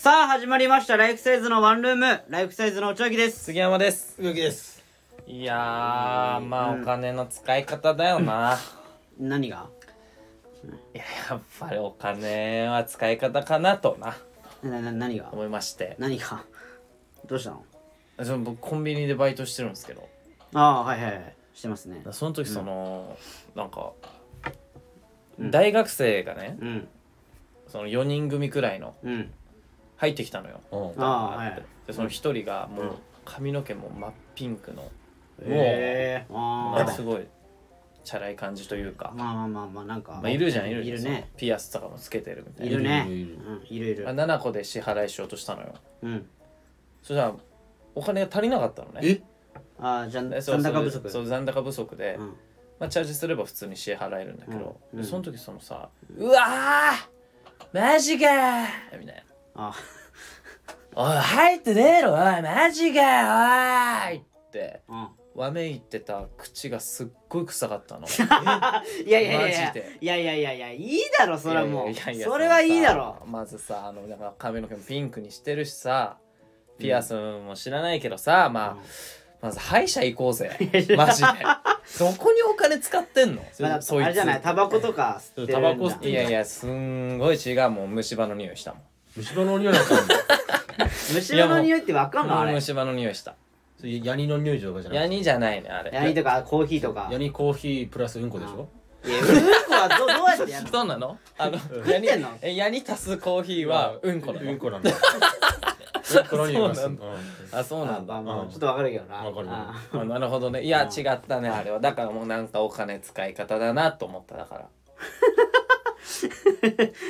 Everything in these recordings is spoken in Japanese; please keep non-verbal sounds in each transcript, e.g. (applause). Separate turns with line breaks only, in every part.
始まりましたライフサイズのワンルームライフサイズのおちょぎです
杉山です
植木です
いやーまあお金の使い方だよな、
何が
いややっぱりお金は使い方かなとな
なな何が
思いまして
何がどうしたの
その僕コンビニでバイトしてるんですけど
ああはいはいはいしてますね
その時その、なんか大学生がね
うん
その4人組くらいの
うん
入ってきたのよ、
ああはい
でその1人がも
うん
う髪の毛も真っピンクの、
ええあ
す
あ
ごいチャラい感じというか、
まあまあまあまあなんか、
まあ、いるじゃんいる
い
じゃん
るね
そのピアスとかもつけてるみたい
い
な
るね
いるいる
うんいるいる
まあ、7個で支払いしようとしたのよ
うん
そしたらお金が足りなかったのね
え
ああじゃん
でそう
残高不足
そうそう残高不足で、
うん
まあ、チャージすれば普通に支払えるんだけど、
うん
でその時そのさ「うわーマジかー!」みたいな
あ
「おい入ってねえろおいマジかよおい!」って
あ
わめいてた口がすっごい臭かった
うん
の
いやいやいや
マジで
いやいやいやいやいいだろそれはもう
いやいやいや
それはいいだろ
そのさまずさあのなんか髪の毛もピンクにしてるしさピアスも知らないけどさ、まあ、まず歯医者行こうぜ
(laughs)
マジでどこにお金使ってんの
まあ、
そいつ
あれじゃないタバコとか吸ってるんだ
タバコ吸って
いやいやすんごい違うもん虫歯の匂いしたもん
虫歯の匂いだったんだ
虫歯の匂いってわかんのあ
うん
れ
虫歯の匂いした
それヤニの匂いとかじゃな
ヤ
い
ニじゃないねあれ
ヤ
(laughs)
ニとかコーヒーとかい
ヤ
や
ニコーヒープラスうんこでしょ
うんこはどどうやってやるの
どうなのあの
食ってんの
えヤニ足すコーヒーはうんこな
うん
の
こなのうんこの匂いがする
そうあそうなん
ま
だ
あまあ
うん
ちょっとわかるけどな
わかる
あ
あなるほどねいや違ったねあれはだからもうなんかお金使い方だなと思っただから
(laughs)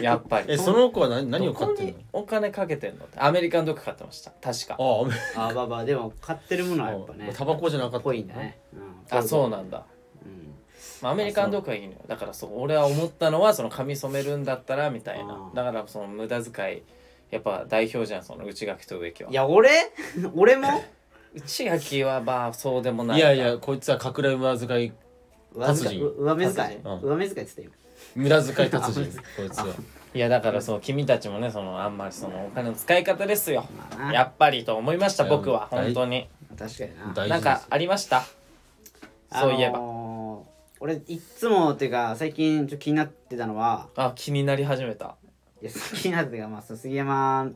やっぱり
えその子は何何を買ってんの
どこにお金かけてんのってアメリカンドッグ買ってました確か
ああめ
あまあまあでも買ってるものはやっぱね
タバコじゃなかった
っぽいんだね
あそう
な
なんだ、
ん
まあ、アメリカンドッグはいいのよだからそう俺は思ったのはその髪染めるんだったらみたいな
あー
だからその無駄遣いやっぱ代表じゃんその内垣と植木はい
や俺俺も
内垣はまあそうでもない
いやいやこいつは隠れ無駄遣い
上
達
遣い
人
上目遣い
達人うん
上目遣いっつって今
無駄遣い達人こいつはい
やだからそう君たちもねそのあんまりそのお金の使い方ですよ
まあな
やっぱりと思いました
いや
僕は
大
本当に
確かにな
大
なん
事で
か
す
ありましたそういえ
あ
ば
のー俺いっつもっていうか最近ちょっと気になってたのは
あ気になり始めた
いや気になってたっていうかまあそう杉山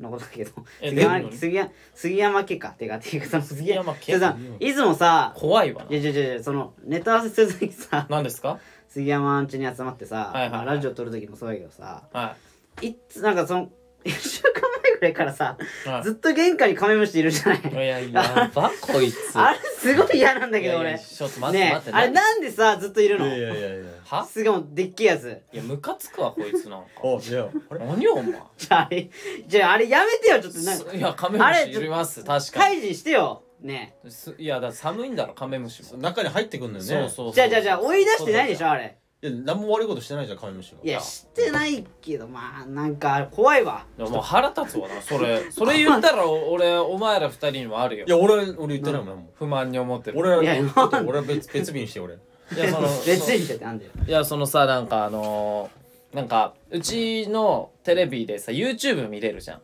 のことだけど
え
杉
どういう
山
の
杉山杉山家かっていうかっていうかその杉
杉山
山
家
家さいつもさ
怖いわない
やいやいやいやそのネタ合わせする時
(laughs)
さ
何ですか
杉山ん家に集まってさ、
はいはいはい
まあラジオ撮る時もそうやけどさ
はい
つなんかその (laughs) 一週間前ぐらいからさ
い、はい
ずっと玄関にカメムシいるじゃない
いや、やば、 (laughs) こいつ。
あれすごい嫌なんだけど
いやい
俺
やちょっと待って
ね
待っ
え
て。
あれ
何
なんでさずっといる
い
の
やいやいやいや
は
すごいでっけえやつ
いや、ムカつくわ、こいつなんか。
おいやあれ
(laughs) 何よ、お前。
じゃああれじゃああれやめてよちょっとなんか
すいや、カメ
あ
ム
れ
シいります、確かに。
退治してよねえ
すいや、だって寒いんだろ、カメムシも。
中に入ってくんのよね
そうそう。
じゃあじゃあじゃあ追い出してないでし
ょ。
ょあれ
いや何も悪いことしてないじゃんカメムシが
いやしてないけどまあなんか怖いわ
でももう腹立つわな、
(laughs)
それ。それ言ったら、お俺、お前ら二人にもあるよ
い。や俺俺言ってないもん何も
不満に思ってる。
俺はい
や
ちょっと俺は別別日にして俺
いや、その、
(laughs) 別にってなんだよ
いや、そのさ、なんかあのー、なんか、うちのテレビでさ、YouTube 見れるじゃん。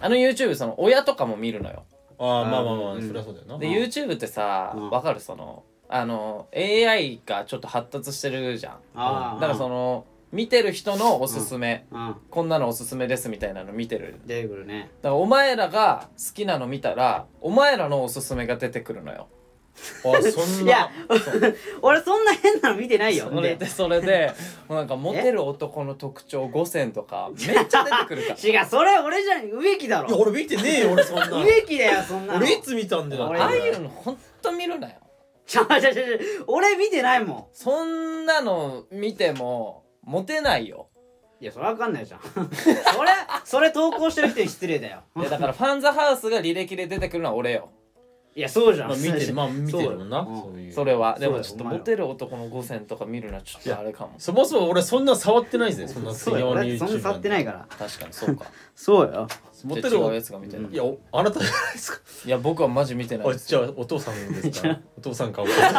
あの YouTube、その、親とかも見るのよ。
ああまあまあま
う
あ
ん
そりゃそうだよな
で
うん
YouTube ってさ
うん
わかるそのあの AI がちょっと発達してるじゃん
ああ
だからその見てる人のおすすめ
うん
こんなのおすすめですみたいなの見てる
出てくるね
だからお前らが好きなの見たらお前らのおすすめが出てくるのよ
あそん
い
な
や (laughs) 俺そんな変なの見てないよ
それでそれでもうなんかモテる男の特徴5選とかめっちゃ出てくる
(laughs)
から
違うそれ俺じゃん植木だ
いや
ろ
俺見てねえよ俺そんなの
植木だよそんなの
俺いつ見たんだよ
俺
ああいうのほんと見るなよ
ちゃうちゃうちゃうちゃう俺見てないも
そんなの見てもモテないよ
んいやそれわかんない (laughs) じゃんそれそれ投稿してる人に失礼だよ
いやだからファンザハウスが履歴で出てくるのは俺よ
いやそうじゃん
まあ見てるまあ見てるもんな
そう
そういう
それはでも
そ
ちょ
うだ
っと
よお前
モ
ら
テる男の5選とか見るのはちょっとあれかも
そもそも俺そんな触ってないぜそんな
そう
杉
よ
山の
俺そん
YouTube
な触ってないから
確かにそうか
そうよ
持って
じゃ
る
あ違
わ
うや
い
つが見てる、いや
やおあなたじゃないですか
いや僕はマジ見てない
あ
です
じゃあお父さんですかお父さんかお母さん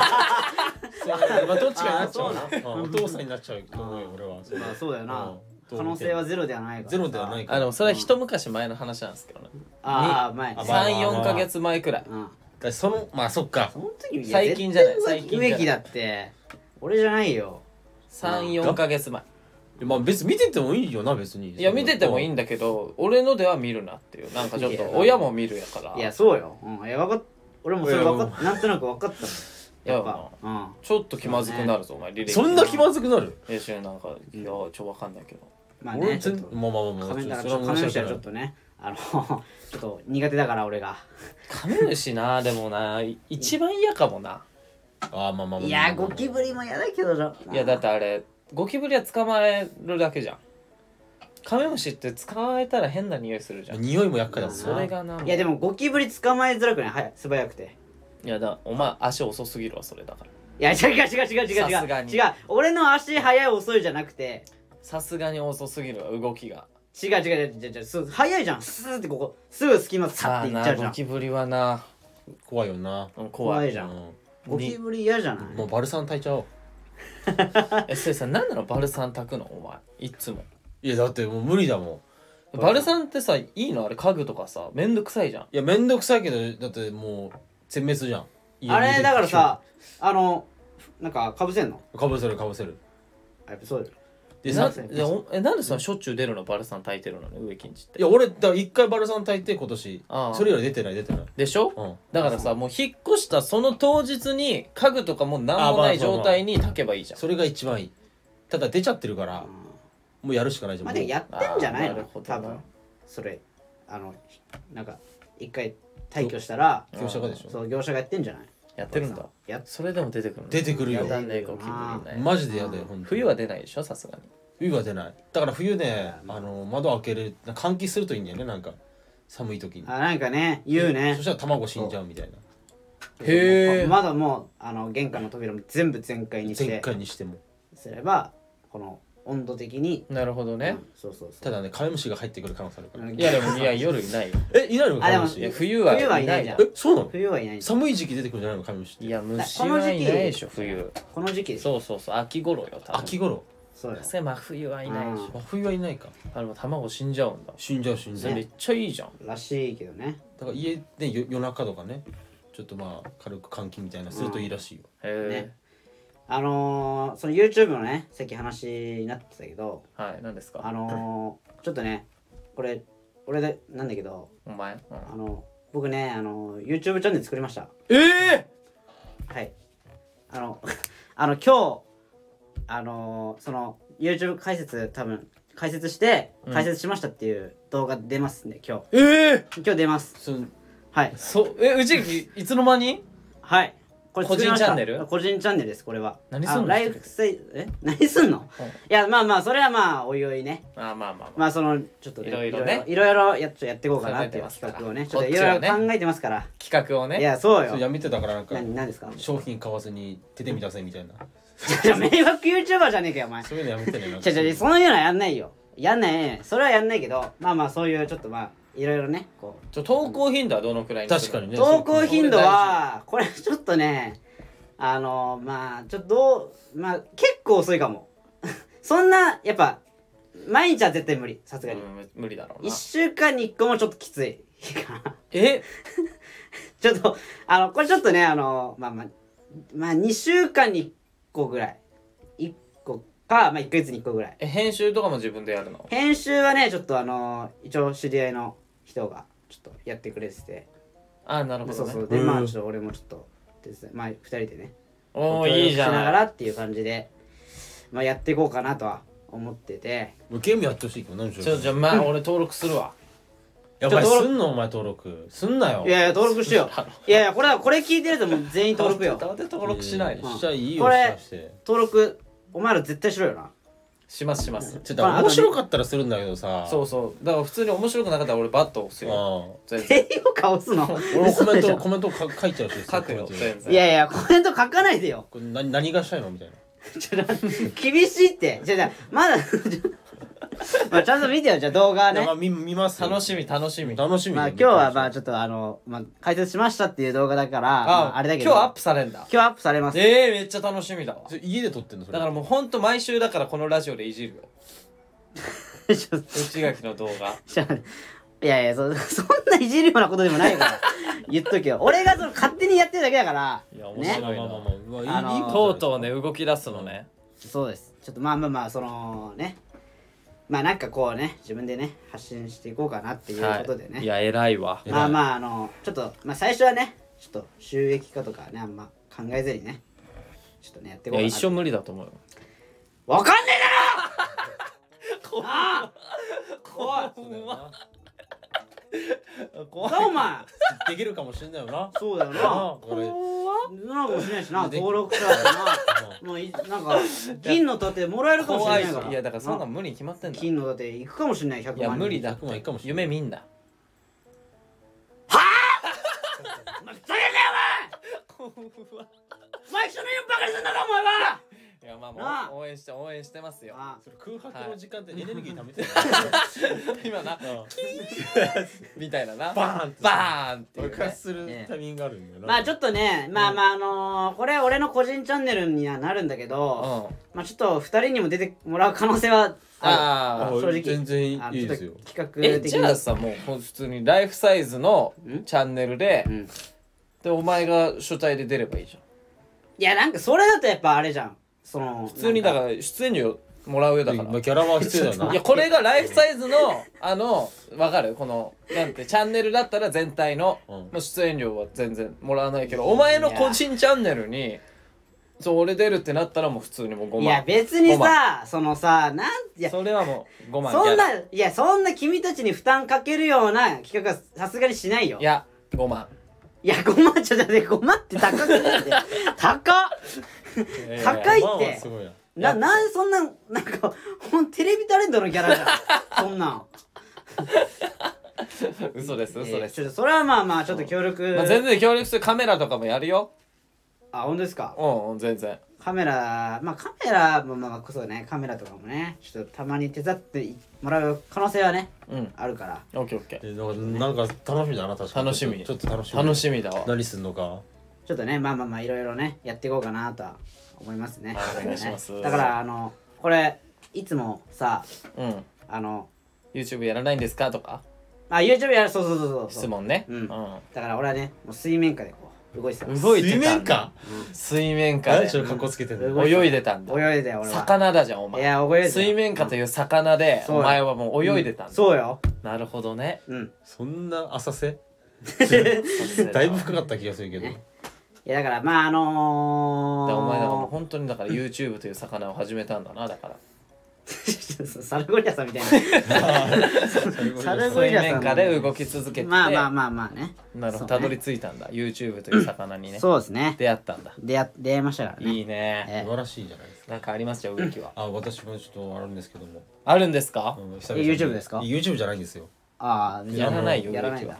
そうまあどっちかになっちゃう
あ
なうんお父さんになっちゃうと思うよ俺は
まあそうだよな
うん
可能性はゼロではないからさ
ゼロではないか
あ
ら
でもそれは一昔前の話なんですけどね
ああ前
あまあ
34か月前くらい
うん
だそのまあそっか
その時いや
最近じゃない
絶対
最近じゃない
植木だって俺じゃないよ
34か月前
まあ別に見ててもいいよな別に
いや見ててもいいんだけど俺のでは見るなっていうなんかちょっと親も見るやから
いやそうよ、うん、いや分かっ俺もそれ分かっなんとなく分かったもん
いや
やっぱうん
ちょっと気まずくなるぞお前履歴
そんな気まずくなる
練習なんかいやちょっとわかんないけど
まあ
俺
ねちょっ
全然
と
まあまあまあまあ
亀
ち
だから
ょっとそれは
亀
申
主
し
は
訳
ち
な
ょっ
い
とねあの (laughs) ちょっと苦手だから俺が
亀主 (laughs) なでもな一番嫌かもな
ああまあまあまあまあ
いやゴキブリも嫌だけどない
やだってあれゴキブリは捕まえるだけじゃんカメムシって捕まえたら変な匂いするじゃん
匂いも厄介だもんな
それがない
いやでもゴキブリ捕まえづらくないはい素早くて
いやだお前足遅すぎるわそれだか
いや
ら
違う違う違う違う違う
さ
違
す
う
がに
違う俺の足速い遅いじゃなくて
さすがに遅すぎるわ動きが
違う違う違う違う違うそう速いじゃんスーってここすぐ隙間さ
さ
っ
あ
ていっちゃ
な
うじゃ
ゴ
ん
キブリはな
怖いよな
うん怖い
怖い
い
じゃ
うんん
ゴキブリ嫌じゃない
もうバルサン炊いちゃおう
えそれさ何なのバルサン炊くのお前いっつも
いやだってもう無理だもん
バルサンってさいいのあれ家具とかさめんどくさいじゃん
いやめんどくさいけどだってもう全滅じゃん
あれだからさあのなんかかぶせんの
かぶせるかぶせる
あやっぱそうだよ
で
な
さ
そうですね
でおえなんでそのしょっちゅう出るのバルサン炊いてるのね植木んちって
いや俺だから一回バルサン炊いて今年
ああ
それより出てない出てない
でしょ
うん
だからさもう引っ越したその当日に家具とかもう何もない状態に炊けばいいじゃん
それが一番いいただ出ちゃってるからもうやるしかないじゃん
まあ
もう
でもやってんじゃない
あーな
の
るほど
多
な
分それあのひなんか一回退去したら
業者がでしょ
そう業者がやってんじゃない
やってるんだ
やっ
それでも出てくるの
出てくるよ
やだねゴキブリね
マジでやだよ本当
冬は出ないでしょさすがに
冬は出ないだから冬ねあの窓開ける換気するといいんだよねなんか寒い時に
あなんかね言うね
そしたら卵死んじゃうみたいな
へえ
まだもうあの玄関の扉も全部全開にし
全
て
開にしても
すればこの温度的に
なるほどね
うんそうそうそう
ただねカメムシが入ってくる可能性あるから
うん
いやでもいや夜いないよ
えいないの
あ
カ
で
メ
も
ム
い
シ
や
え
冬はい
冬はいな
ないい
じゃん
そうなの
冬はいないじゃん
寒い時期出てくるんじゃないのカメムシって
いや虫
この
は
時期
いないでしょ冬
この時期そう
そうそうそう秋頃よ多分
秋頃
そうよ
さすがに真冬はいないでし
うん
ょ
真冬はいないか
あれも卵死んじゃうんだ
死んじゃう死んじ
そ
ゃ
れ
う
めっちゃいいじゃん
らしいけどね
だから家でよ夜中とかねちょっとまあ軽く換気みたいなするといいらしいよ
へえ
あのー、その YouTube のねさっき話になってたけど
はい何です
あ
か
のー、ちょっとねこれ俺でなんだけど
お前うん
あの僕ねあの YouTube チャンネル作りました
ええ
はいあの (laughs) あの今日あのその YouTube 解説多分解説して
うん
解説しましたっていう動画出ますんで今日
ええ
今日出ます
その
はい
そうえうちいつの間に
はいこ
個
作
人
りました
チャンネル
個人チャンネルですこれは
何すんの
あライフスタイルえ (laughs) 何すんの、
うん
いやまあまあそれはまあおいおいね
あまあまあまあ
まあそのちょっと
いろいろね
いろいろやっちょやっていこうかなっていう
考えてます
企
から
画をねち
こ
ょ
っ
っ
ち
と
はいね
ろいろ考えてますから
企画を
い
ね
やそう
そ
よ
うやめてたからなんか
何何ですか
商品買わずに手で見出せみたいな
じゃあ迷惑 YouTuber じゃねえかよお前
そういうのやめてねなん
じ
か
ゃじゃそういうのはやんないよやんないやんないそれはやんないけどまあまあそういうちょっとまあいろいろねこ
ちょ投稿頻度はどのくらいうに
確か
に
に
う
ね
投稿頻度はこれちょっとねあのまあちょっとどうまあ結構遅いかも (laughs) そんなやっぱ毎日は絶対無理さすがに、
無理だろうな
1週間に1個もちょっときつい (laughs) かな
え
ちょっとあのこれちょっとねあのまあまあまあ2週間に1個ぐらい1個かまあ1ヶ月に1個ぐらい
え編集とかも自分でやるの
編集はねちょっとあの一応知り合いの人がちょっとやってくれてて
あなるほ
そ
ど
う
ね
そうで
うん
まあちょっと俺もちょっとですまあ2人でね
おおいいじゃ
協力しなが
ん
らっていう感じでまあやっていこうかなとは思ってて
もうゲームやってほしいけど何でし
ち
ょ
ょじゃあまあ俺登録するわ
やばいすんのお前登録すんなよ
いやいや登録しよういやいやこれはこれ聞いてるやつもう全員登録よ
なんで登録しないの
うん
しちゃいい
こ
よ
れ
しゃして
登録お前ら絶対しろよな
しますします
ちょっと面白かったらするんだけどさ
そうそうだから普通に面白くなかったら俺バット押す
うん
よ全然
低評価押すの
俺もコメン
嘘でし
ト
ょ
(laughs) コメントか書いちゃうし
書くよ
コメント
全然
(laughs) いやいやコメント書かないで
(laughs)
よ
これ何何がしたいのみたいな
ちょっと (laughs) 厳しいってじゃあじゃあまだ (laughs) まあちゃんと見てよじゃあ動画はね
まあ見見ますよ
楽しみ楽しみ
楽しみ
まあ今日はまあ
ち
ちょっとあの、まあ、解説しましたっていう動画だからまあ、あれだけど
今日アップされんだ
今日アップされます
ええめっちゃ楽しみだわ
家で撮ってんのそれ
だからもうほんと毎週だからこのラジオでいじるよ
(laughs) ちょっと
内垣の動画
ちょっと待っていやいやそそんないじるようなことでもないから
(laughs)
言っとけよ俺がその勝手にやってるだけだから
いや面
ね
白いな、
ま
あのー
(laughs) とうとうね動き出すのね
そうですちょっとまあまあまあそのねまあなんかこうね自分でね発信していこうかなっていうことでね、
いや偉いわ
まあまああのちょっと、まあ、最初はねちょっと収益化とかねあんま考えずにねちょっとねやってい
い
こうか
や
な
一生無理だと思うよ
わかんね
怖い
え
怖
だろお
(laughs)
前
できるかもしれないよな
そうだよ
なあ
な
これ
なんかもしれないしな
で
登録者だからなもういなん
(laughs)
か銀の盾もらえるかもしれ
い
ないから
いやだからそんなん無理に決まってんだい
金の盾行くかもしれない100万人
や無理だっ
100万い
て
くかもしれない
夢見んな
お前ふざけんなよお前お前人の夢ばかりすんだかお前はい
やまあ
な
ま
あ
あ応援して応援してますよ
あ
それ空白の時間でエネルギー貯めてる
(laughs) 今な
うん
みたいなな
バーンって
バーンっていう
爆
ね
発するタイミングがあるんだよな
まあちょっとねまあまああのーこれ俺の個人チャンネルにはなるんだけど、
うん
まあちょっと二人にも出てもらう可能性はあ
あ
正
あ
直
全
る
然
あの
い
ち
い
ょ
で
っ
すよ
と企画
え
的
じゃあ
に
さもう普通にライフサイズの
ん
チャンネルで
うん
でお前が主体で出ればいいじゃん
いやなんかそれだとやっぱあれじゃんその
普通にだから出演料もらうよだか
まあ
ら
キャラは必要だよない
やこれがライフサイズのあのわかるこのなんてチャンネルだったら全体の
うん
もう出演料は全然もらわないけどお前の個人チャンネルにそう俺出るってなったらもう普通にもう5
いや
万
別に
5
さそのさなんいや
それはもう5万
そん
い
ないやそんな君たちに負担かけるような企画はさすがにしないよ
や5万
いや5万ちょっと待って5万って高くない
(laughs)
って高っ高い
まあ
っ
まあ
て
すごい
な
な
なんそんななんかほんテレビタレントのギャラじゃんそ
(laughs)
んなん
嘘です嘘
え
で
ー
す、
ちょっとそれはまあまあちょっと協力、
まあ、全然協力するカメラとかもやるよ
あ本当ですか
うんうん全然
カメラまあカメラもまあまあこそねカメラとかもねちょっとたまに手伝ってもらう可能性はね
うん
あるから
オッケーオッケ
えなんかなんか楽しみだな確かに
楽しみ
ちょっと楽し
ー
み
楽しみだわ
何すんのか
ちょっとねまあまあまあいろいろねやっていこうかなとは思いますね
はいお願いします
だからあのこれいつもさ
うん
あの
YouTube やらないんですかとか
あ YouTube やるそうそうそうそうそう
質問ね
うん
うん
だから俺はねもう水面下でこう動いてたの
動いてた
水
んだ
面下
水面下
何
で
それ格好つけてん
うん
の
泳いでたんだ
泳いでたよ俺は
魚だじゃんお
い
前
や泳いでたよ
水面下という魚で
そう
お前はもう泳いでたんだ
そうよ
なるほど
(laughs)
ね
うん
そんな浅瀬だ
だ
いぶ深かった気がするけど
いやだからまああのー、
お前だからもう本当にだから YouTube という魚を始めたんだなだから
(laughs) サルゴリラさんみたいなサルゴ
水
リラさ
面
ん
下で動き続けて
まあまあまあまあね
なるほ
そ
ど
うね
たどり着いたんだ YouTube という魚にね
そうですね
出会ったんだ
出会出会いましたからね
いいね
え
素晴らしいじゃないですか
なんかありますよ動きは
あ私もちょっとあるんですけども
あるんですか
うん久々に
YouTube ですか
YouTube じゃないんですよ
ああ
やらないよ
やらないんだ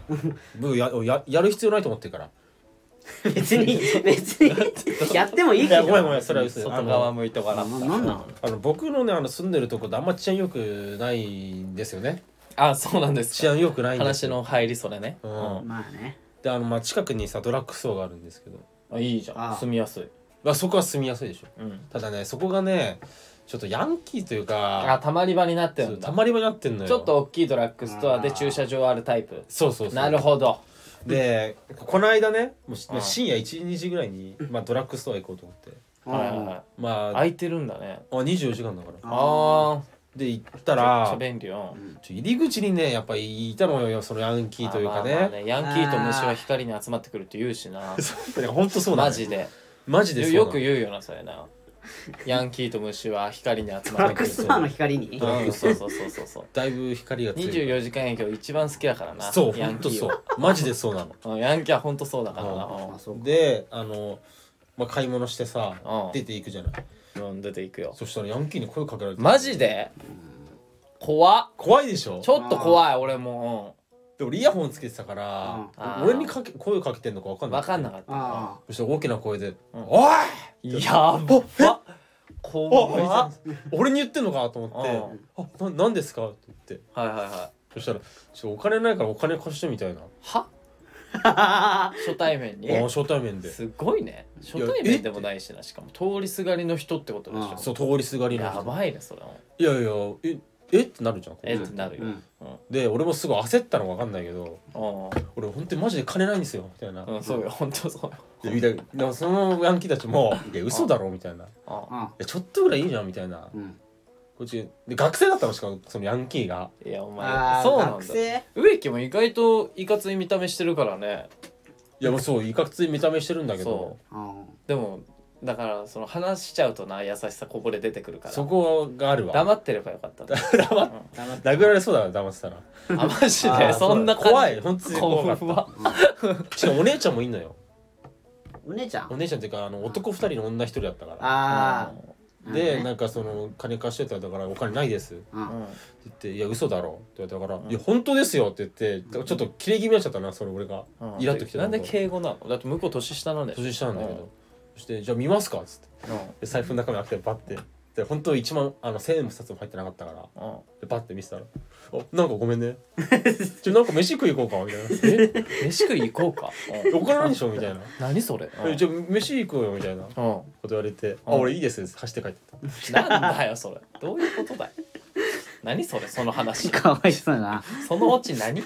僕やややる必要ないと思ってるから
(laughs) 別に別
(laughs)
にやってもいいけど
めんそれは嘘です
外側
あの
向いて笑
なな
った
んなの
あの僕のねあの住んでるとこってあんま治安良くないんですよね
あそうなんです
治
か
安良くないんです
話
よ
の入りそれね
うん
まあね
であの、まあ、近くにさドラッグストアがあるんですけど、
あいいじゃ
あ
ん住みやすい
まあ、そこは住みやすいでしょ
うん
ただねそこがねちょっとヤンキーという
あ
か
たまり場になって
そ
る
うん
だ
たまり場になってんのよ
ちょっと大きいドラッグストアで駐車場あるタイプ
そうそうそう
なるほど
でこの間ねもうし
うん
深夜12時ぐらいに、まあ、ドラッグストア行こうと思って
はいはいはい
まあ
空いてるんだね
あ24時間だから
あ
で行った
あめっちゃ
ら
便利よ
ちょ入り口にねやっぱいたのよそのヤンキーというか
あまあまあ
ね
ヤンキーと虫は光に集まってくるって言うしな
だから本当 (laughs) そうな
マ
のよ
ジで
マジで
よ
そうなの
よく言うよなそれなヤンキーと虫は光に集
ド
ま
ラ
って
ッ
く
グ
る
ストアの光に
ドラッ
う
グ
ん
ス
そうそうそうそうそう
だいぶ光が強い
24時間営業一番好きだからな
そう
ヤン
本
キー
当そ
は
うマジでそうなの
うんヤンキーは本当そうだからな
あそうか
であの、まあ、買い物してさ
うん
出ていくじゃない
うんうん出ていくよ
そしたらヤンキーに声かけられて
マジで怖っ
怖いでしょ
ちょっと怖い俺も
で俺イヤホンつけてたから
うん
俺にかけ声かけてんのか分か
うんん
ない
分かんなかった
あ
そしたら大きな声で「
ん
おい!」
やばっ怖っ
俺に言ってんのかと思って「あななんですか?」って言って
はいはいはい
そしたら「ちょお金ないからお金貸して」みたいな
は
(laughs) あ
初対面に
あ初対面です
ごいね初対面でもないしなしかも通りすがりの人ってことでし
うん
ょ
そう通りすがりの
や
人
ばいねそれも
いやいやええってなるじゃん
えってなるよ、うん
で俺もすごい焦ったのか分かんないけど俺本当にマジで金ないんですよみたいな、
うん、そうよ本当そうよ
でみたいなでもそのヤンキーたちも「いや嘘だろ」みたいな「い
あ
やちょっとぐらいいいじゃん」みたいな
うん
こっちで学生だったのしかもそのヤンキーが
いやお
あ
前
ー
そうなん
学
だ
生
植木も意外といかつい見た目してるからね
いやもうそういかつい見た目してるんだけど
そ
うん
でもだからその話しちゃうとな優しさこぼれ出てくるか
そ
ら
こがあるわ
黙ってればよかった
黙っ
黙って
殴られそうだな黙ってたら
うんあマジ
あ
で
ー
そんな感じ
怖い本当に怖かった
怖
しかもお姉ちゃんもいんのよ
お姉ちゃん
お姉ちゃんっていうかあの男2人の女1人だったから
ああ
で
ね
なんかその金貸してただからお金ないですって
うん
うん
言って「いや嘘だろ」って言われたから「
ん
いや本当ですよ」って言ってだからちょっと切れ気味になっちゃったなそれ俺が
うん
イラっときて
なんで
なんか
敬語なのだって向こう年下なんだよ
年下なんだけ
うん
どそして「じゃあ見ますか」っつってで財布の中身開けてバッてで本当一1万あの1000円も札も入ってなかったから
うんうん
でバッて見せたら「あなんかごめん
(laughs)
ねちょなんか飯食い行こうか」みたいな
え飯食い行こうか
「お金ないでしょ」みたいな
何それ
「えじゃあ飯行こうよ」みたいなこ
うんうん
と言われて「あ俺いいです」走って帰ってった
なんだよそれどういうことだよ何それその話
かわいそうだな
そのオチ何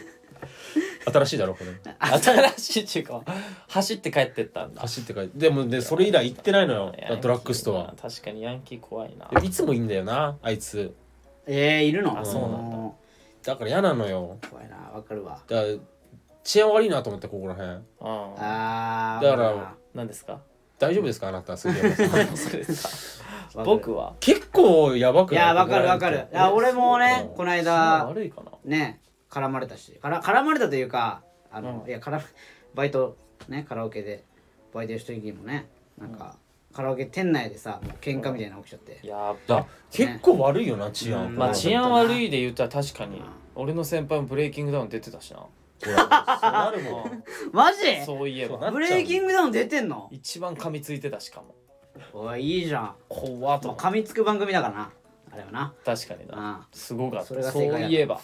新しいだろこれ
新しいっていうか走って帰ってったんだ
走って帰ってでもねそれ以来行ってないのよ
ヤンキーな
ドラッグストア
確かにヤンキー怖いな
でいつもいいんだよなあいつ
えーいるの
あそうなんだ
だから嫌なのよ
だ怖いなわかるわ
だから治安悪いなと思ってここら辺
うん
ああ
だから
何ですか
大丈夫ですかあなた杉山さん
(laughs)
それさ僕は
結構やばく
い
ない
やわかるわかるいや俺もね
うん
この間
悪いかな
ね絡まれたしから絡まれたというかあの、
うん
いや絡まバイトねカラオケでバイトしてる時にもねなんか、カラオケ店内でさもう喧嘩みたいなの起きちゃって、
やっ
だ結構悪いよな治安、
うん
まあ治安
は
悪いで言ったら確かに俺の先輩もブレイキングダウン出てたしな
ほらそうなるもん
マジ
そういえ
そうな
ば
ん
ブレイキングダウン出てんの
一番噛みついてたしかも
おいいいじゃん
怖っと
もう
思
噛みつく番組だからなあれはな
う確かにな
あ
すごかった
そ
そ
れが正解だ
ういえば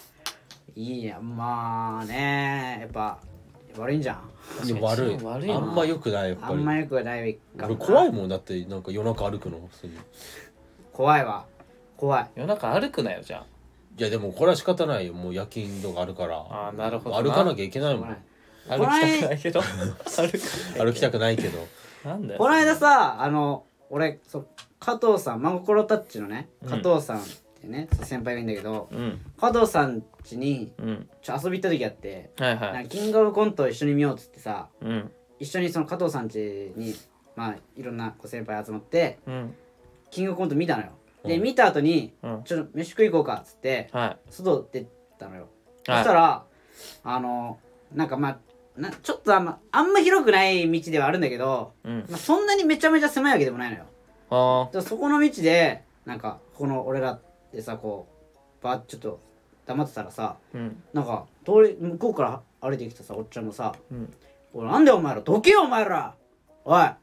いいやまあねやっぱ悪いんじゃん
でも
確
悪い
かに治安悪いな
あんま良くないやっぱ
あんま
り
よくはないか
俺
も
怖いもんだってなんか夜中歩くの普通にい
怖いわ怖い
夜中歩くなよじゃあ
やでもこれは仕方ないよもう夜勤とかあるから
あーなるほど
歩かな
き
きゃいけないもん
怖い
ゃ歩きたくないけど歩く
歩きたくないけど
なんだよ
この間さあの俺そう加藤さんマンコロタッチのね加藤さんってね、そう先輩がいるんだけど
うん
加藤さん家に
うん
ちょ遊び行った時あって、
はいは
なん
い
かキングオブコントを一緒に見ようっつってさ
うん
一緒にその加藤さん家にまあいろんなこう先輩集まって
うん
キングオブコント見たのよで、
うん
見た後に
うん
ちょっと飯食い行こうかっつって
は
外出たのよ、
い
そした
は
らあのなんかまあなちょっとあんまあんま広くない道ではあるんだけど、
いうん
まあ、そんなにめちゃめちゃ狭いわけでもないのよ
あ
でそこの道でなんかこの俺らでさこうバーッちょっと黙ってたらさ
ーうん
なんか通り向こうから歩いてきたさおっちゃんもさ
うん
「おいなんでお前らどけよお前らおい!」っ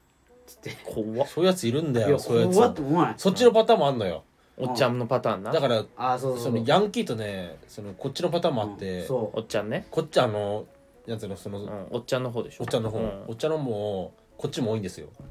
つって「
怖っ
そういうやついるんだ
いや
よそういうやつ
怖っ!」って思わない
そっちのパターンもあんのよ
おっちゃんのパターンな
だから
ああそうそう
そ
そう
のヤンキーとねそのこっちのパターンもあって、
うんそ
おっちゃんね
こっちあのやつのその、
うんおっちゃんの方でしょ
お茶の方、
う
お
ん
茶のもこっちも多いんですよ、
う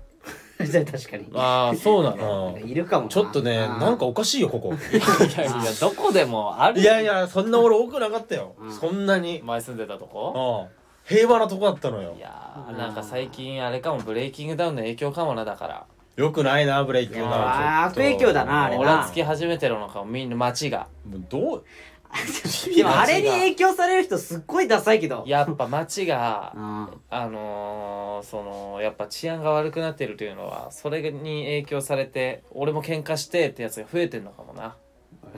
(laughs) 確かに
ああ (laughs) そうな
う
の
なんか
ん
いるかもな
ちょっとね
あー
なんかおかしいよこ (laughs) こ
いやいやどこでもある
いやいやそんな俺多くなかったよ、
うん
そんなに、
前住んでたとこ
うん平和なとこだったのよ
いやーなんか最近あれかもブレイキングダウンの影響かもなだから
よくないなブレイキング
いやー
ダウンちょ
悪
っと
影響だなあれ
俺
な
はつき始めてるのかもみんな街が
もうどう
(laughs) でもあれに影響される人すっごいダサいけど
やっぱ街が
あ
あのー、そのやっぱ治安が悪くなってるというのはそれに影響されて俺も喧嘩してってやつが増えてんのかもない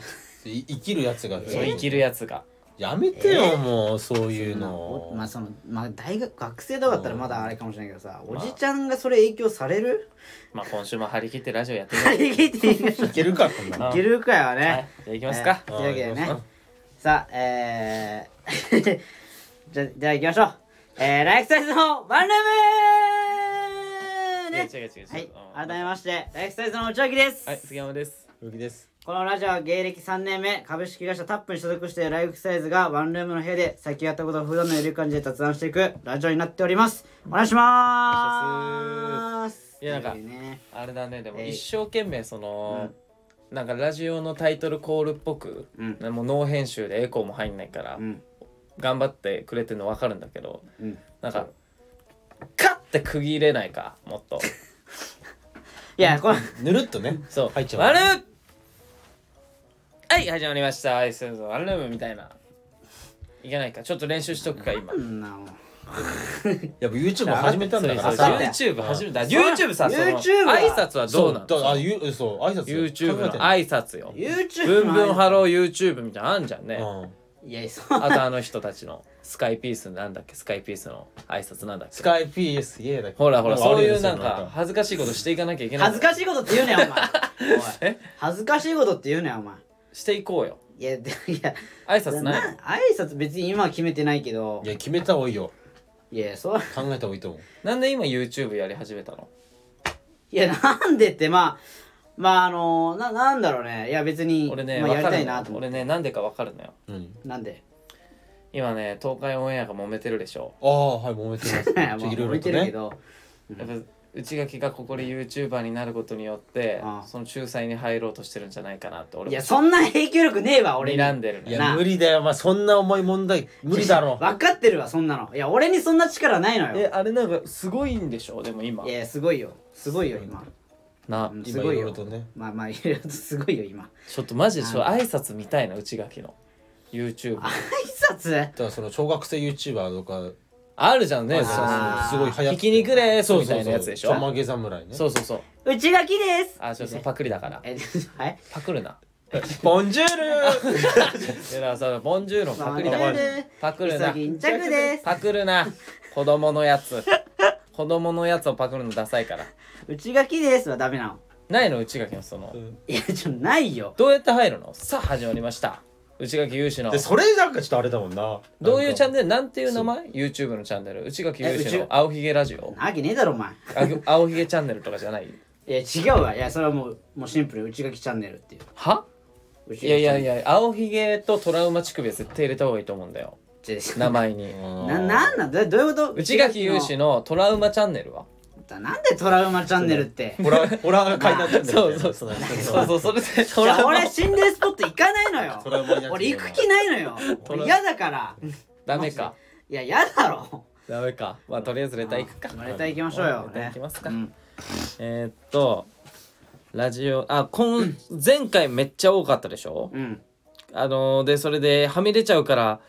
生きるやつが
そう生きるやつが
やめてよ、もうそういう
お
の
まあそのまあ大学学生とかだったらまだあれかもしれないけどさおじちゃんがそれ影響される (laughs)
まあ今週も張り切ってラジオやってみよ
張り切っていい
いけるかこんなの
いけるかよ
う
ね
はい、じゃあ行きますか
えーというわけでね
うん
さあえー (laughs) じゃじゃあ行きましょうえー、ライフサイズのワンルーム
いや
ね
違う違う違う
はい
うん
改めましてライフサイズの内脇です、
はい杉山です
鈴木です
このラジオは芸歴3年目株式会社タップに所属しているライフサイズがワンルームの部屋で先やったことを普段のゆるい感じで雑談していくラジオになっておりますお願いしま
お願いしますいやなんか
ね
あれだねでも
えい
一生懸命その、なんかラジオのタイトルコールっぽく、
うん
もうノー編集でエコーも入んないから、
うん
頑張ってくれてるの分かるんだけど
うん
なんかカッて区切れないかもっと
いやこれ
ぬるっとね
そう
入っちゃう
わるはい始まりましたアイスのワンルームみたいないけないかちょっと練習しとくか今
なん (laughs) なの
やっぱ YouTube 始めたんだから
そう
さ
そう
YouTube 始めた YouTube さその
YouTube は
挨拶はどうなの
だからあゆそう挨拶
YouTube の
挨
挨拶よ
YouTube
ブンブンハロ
ー
ー YouTube みたいなのあんじゃんね、
うん
いやそう
あとあの人たちのスカイピースなんだっけスカイピースの挨拶なんだっけ
スカイ PS イエーだっけ
ほらほら
なんか
そ
あ
う
る
い
よね
うなん
そういうの
か恥ずかしいことしていかなきゃいけない
恥ずかしいことって言うねお前おい
(laughs) え
恥ずかしいことって言うねお前
していこうよ
いやでいや
挨拶ないの
挨拶別に今は決めてないけど
いや決めた方がいいよ
いやそう
考えた方がいいと思う
なんで今 YouTube やり始めたの
いやなんでってまあまああのななんだろうねいや別に
俺ね
まあ、やり
分か
た
る
いな
の
と思って
俺ねなんでか分かるのよ
うん
なんで
今ね東海オンエアが揉めてるでしょ
ああはい揉め
(laughs)
てま
(laughs)
す
まあ
ちょっといろ
置
いろ
い
と
てるけ
ね
ど
やっぱ内垣がここで YouTuber になることによって
ああ
その仲裁に入ろうとしてるんじゃないかなって俺
いやそんな影響力ねえわ俺
に
に
らんでる
い
ね
なあ
や無理だよまあそんな重い問題無理だろ
(laughs)
分かってるわそんなのいや俺にそんな力ないの
え
よ
あれなんかすごいんでしょでも今
いやすごいよすごいよ今
な
うんす
今い
ご
ろ
い
いろ
よ
とね
まあまあいろいろとすごいよ今
ちょっとマジでちょっと
あ
挨拶見たいな内垣の YouTube
挨拶
だからその小学生 YouTuber とか
あるじゃんね
ね
そ
あ
の
ー
すごい流行って
ひき肉でーす
そう
みたいなやつでしょ
そうそうちょんまげ侍ね
そうそうそう
内垣です
あちょっとパクリだから
え (laughs) はい
パクるな
(laughs) ボンジュール
いやだからそのボンジュールもパクリだか
ボンジュー
ら
ル
パクるな
潔着です
パクるな子供のやつ子供のやつをパクるのダサいから
内垣ですはダメなの
ないの内垣のその
いやちょないよ
どうやって入るのさあ始まりました内垣勇士の
でそれなんかちょっとあれだもんな
どういうチャン
ネ
ネルなんていう名前 ?YouTube のチャンネル内垣勇士
え
の
内
青ひげラジオ
なわけねえだろお前
あ青ひげチャンネルとかじゃない
いや違うわいやそれはもうもうシンプル内垣チャンネルっていう内垣
はいやいやい
や
や青ひげとトラウマ乳首は絶対入れた方がいいと思うんだよ名前に
ななんなんだどういうこと
内垣勇士のトラウマチャンネルは
だなんでトラウマチャンネルって
ホラーホラー階段チャンネルみたいな
そう
そう
そうそうそれでト
い
ラ
や
ウマ
俺心霊スポット行かないのよ
トラウマになっちゃう
俺行く気ないのよ
トラ
俺嫌だから
ダメか
いや嫌だろ
ダメかまあとりあえずレターいくか
あレター行きましょうよ
レター行きますか
うん
えーっとラジオあこ (clears throat) ん前回めっちゃ多かったでしょ
うん
あのーでそれではみ出ちゃうから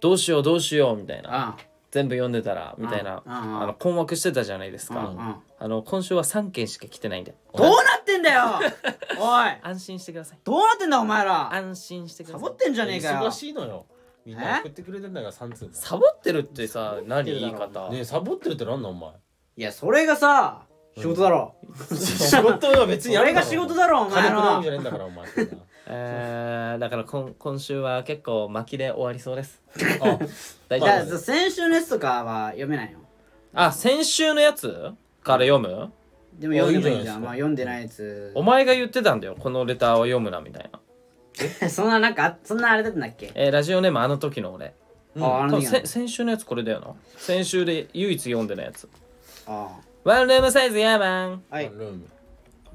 どうしようどうしようみたいな
あ
全部読んでたらみたいな
うんうんうん
あの困惑してたじゃないです
うんう
か
ん
あの今週は3件しか来てないんで
どうなってんだよおい
安心してください
どうなってんだお前ら
安心してく
サ
だ
ボ
さい
ってんじゃねえかよ
忙しいのよみんな送ってくれてんだから3通も
サボってるってさ何言い方
ねえサボってるってなんなんお前
いやそれがさ仕事だろ
仕事は別にや
それ
るだ
が
ろ
仕事だろお
金
前
くれるんじ
の
ゃねえんだからお前そんな
えー、だから今今週は結構巻きで終わりそうです
あ
(laughs) 大
じ
丈夫
ゃ
です
あ先週のやつとかは読めないの
あ先週のやつから読む
でも読んでもいいじ
あいいんじゃないで
ゃん
すか
まあ読んでないやつ
お前が言ってたんだよこのレターを読むなみたい
(laughs)
な、
そんななんかあそんなあれだったんだっけ
えーラジオネームあの時の俺
うん
ああ
多
の
分
時の
せ先週のやつこれだよな先週で唯一読んでないやつ
あ
ワンルームサイズやばん
あはい
ルーム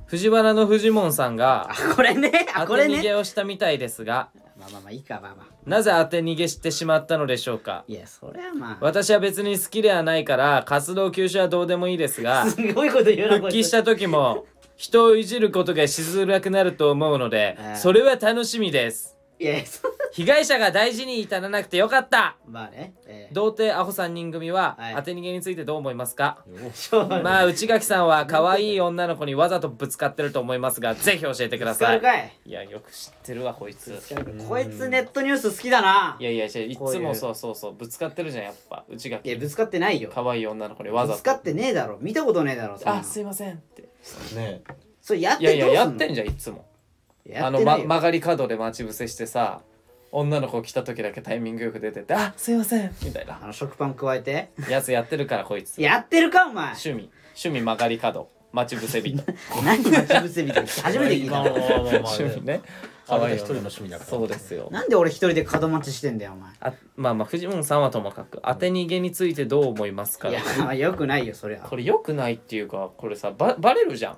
藤原のフジモンさんが
あこれねあ
当
これ
て逃
ね
げをしたみたいですが
まあまあまあいいかまあまあ
なぜ当て逃げしてしまったのでしょうか
いやそれはまあ
私は別に好きではないから活動休止はどうでもいいですが
すごいこと言うな
復帰した時も人をいじることがしづらくなると思うので
ああ
それは楽しみです
いやそ
被害者が大事に至らなくてよかった
まあねえ
童貞アホ3人組は
はい
当て逃げについてどう思いますか
しょうがない
まあ内垣さんは可愛い女の子にわざとぶつかってると思いますがぜひ教えてくだ
使
さ
う
い
かい
いやよく知ってるわこいつ
こいつネットニュース好きだない
やいやいやいつ
こうい
も
う
そうそうそうぶつかってるじゃんやっぱ内
いや
垣
ぶつかってないよ
可愛い女の子にわ
ぶ
ざ
つか
と
ってねえだろ見たことねえだろそんなの
あすいませんって
ねえ
それやっ
いや
て
い
ど
や
う
や
す
っ
ん
てんじゃんいつも
の
あ
やっ
の、
てな
ま、
いよ
曲がり角で待ち伏せしてさ女の子来た時だけタイミングよく出てって「あすいません」みたいな
あの食パン加えて
やつやってるからこいつ
やってるかお前
趣味趣味曲がり角待ち伏せ人
(laughs) 何待ち伏せみたいな初めて聞い
まあ
た
まあまあまあ
(laughs) 趣味ね
あなた
い
一人の趣味だから
そうですよ
なんで俺一人で角待ちしてんだよお前
あまあまあフジモンさんはともかく当て逃げについてどう思いますか
いやまあよくないよそりゃ
これ良くないっていうかこれさばバレるじゃん
い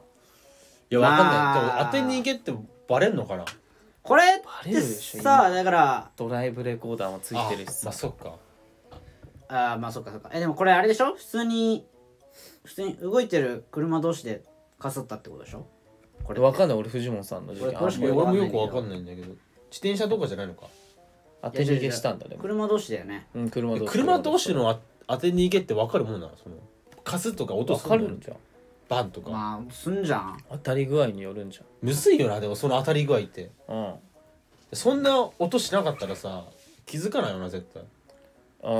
やわかんない、
まあ
でも当て逃げってバレんのかな
これ
バ
っ
レ
て
るでしょ
さだから
ドライブレコーダーもついてるし
あま
さ
あそっか
あーまあそっかそっかえでもこれあれでしょ普通に普通に動いてる車同士でかすったってことでしょこれ
わかんない俺フジモンさんの事件
俺これし
い
か
や
よ
俺もよくわかんないんだけど自転車とかじゃないのか
当て逃げしたんだね
車同士だよね
うん車同士
車同士のあ当て逃げって分かるもんなのそのカスとか音
わ
す
か
る
る
の
んじゃん
バンとか、
まあすんじゃん
当たり具合によるんじ
むずいよなでもその当たり具合って
ゃん
そんな音しなかったらさ気づかないよな絶対
うんう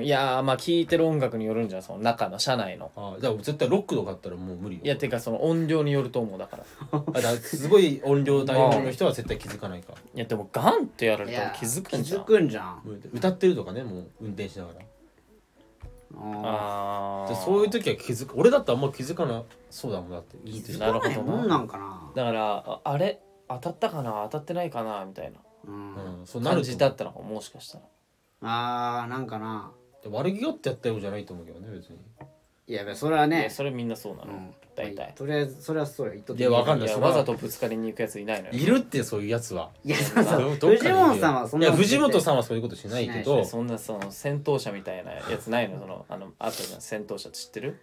ーんいやーまあ聴いてる音楽によるんじゃんその中の車内の
あじゃあ絶対ロックとかあったらもう無理よ
いやてかその音量によると思うだから
あだからすごい音量大音の人は絶対気づかないか
いやでもガンってやられ
い
たら
や
気づくんじゃ
気づ
ん
くんじゃん
歌ってるとかねもう運転しながら
あ
あ
じ
あ
ゃあそういう時は気づく俺だったらあんま気づかなそうだもんだって
ー気づ
なる
か
ほど
な
ない
もんなんかな
だからああれ当たったかな当たってないかなみたいな
うん、
うん、そうな
感
ると
じだったのかももしかしたら
あーなんかな
悪気があってやったようじゃないと思うけどね別に
いやべそれはい
や
ね
それみんなそうな
う
の
ん
大体
とりあえずそれはそうよ意図的に
いやわかんない
いや
それは
わざとぶつかりに行くやついないのよ
いるってそういうやつはい
やそうそう
どっ
藤
かにいるよ
本さんはそんない
や藤本さんはそういうことしないけ
しな
ど
そんなその戦闘車みたいなやつないのそのあのあったじゃん戦闘車って知ってる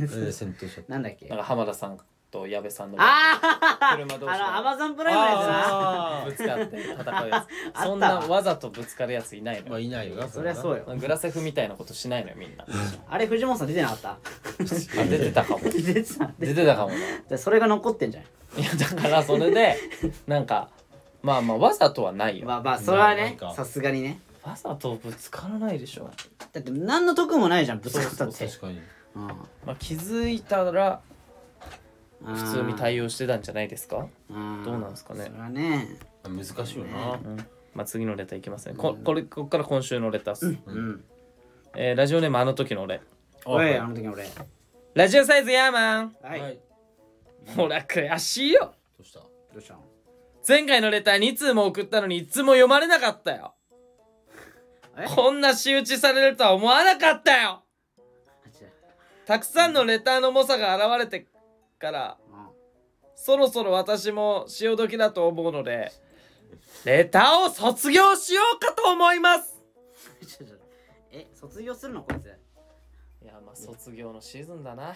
うん戦闘者
なんだっけ
なんか浜田さんと矢部さんの
ああ
車同士
あのアマゾンプ
プ
ライムのやつな
ぶつかって戦う
(laughs) あっ
やつ
たわ
そんなわざとぶつかるやついないの
まあ
よ
いないよな
そりゃそう
よ
よ
グラセフみたいなことしないのよみん
(laughs)
なあ
あれ藤本さん出てなかった
出てたかも
(laughs) 出てた
出てたかもな
でそれが残ってんじゃない
いやだからそれ
(laughs)
でなんかまあまあわざとはないよ
まあまあそれは
なん
ね
か
さすがにね
わざとぶつからないでしょ、
だって何の得もないじゃんぶつかったって
確かに
うん
まあ、気づいたら
あー
普通に対応してたんじゃないですか
あー
どうなんですかね
それはね
難しいよ
ね
な
まあ、次のレターいきますねここれここから今週のレターっす、
うん
えーラジオネームあの時の俺
おいあ
は
の時の俺
ラジオサイズヤーマン
はい
はい
ど
ほら悔しいよ
どうした
うしたの
前回のレター2通も送ったのに1通も読まれなかったよ
え
こんな仕打ちされるとは思わなかったよ
あ違う
たくさんのレターの重さが現れてから
うん
そろそろ私も潮時だと思うのでレターを卒業しようかと思います
ちょちょ (laughs) え卒業するのこいつ
いやまあ卒業のシーズンだな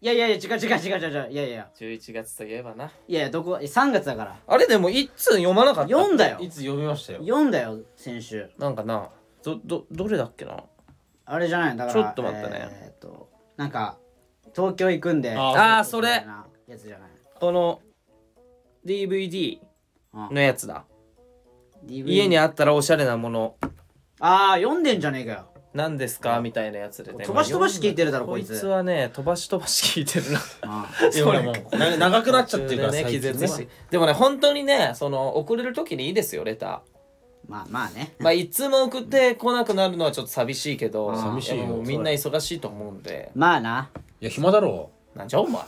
い
やいやいや違う違う違う違う違ういやいや
11月といえばない
やいやどこえ3月だから
あれでも1通読まなかった
読んだよ
いつ読みましたよ
読んだよ先週
なんかなどどどれだっけな
あれじゃないだから
ちょっと待ってね
えーっとなんか東京行くんで
あ
ああ
み
ーそ
たい
れ
なやつじゃない
この DVD のやつだ
DVD
家にあったらおしゃれなもの
ああ読んでんじゃねえかよ
なんですかみたいなやつでね
飛ばし飛ばし聞いてるだろ
こ
こ
い
い
つ
つ
はね飛ばし飛ばし聞いて
(laughs)
るな
あ
いやほらもうな長くなっちゃってるから
(laughs) 途中でね
最
気
近
絶しでもね本当にねその送れる時にいいですよレタ
まあまあね
ーまあいつも送ってこなくなるのはちょっと寂しいけど
あー寂
しいよ
やもうみんな忙しいと思うんで
まあない
や暇だろ
なんじゃお前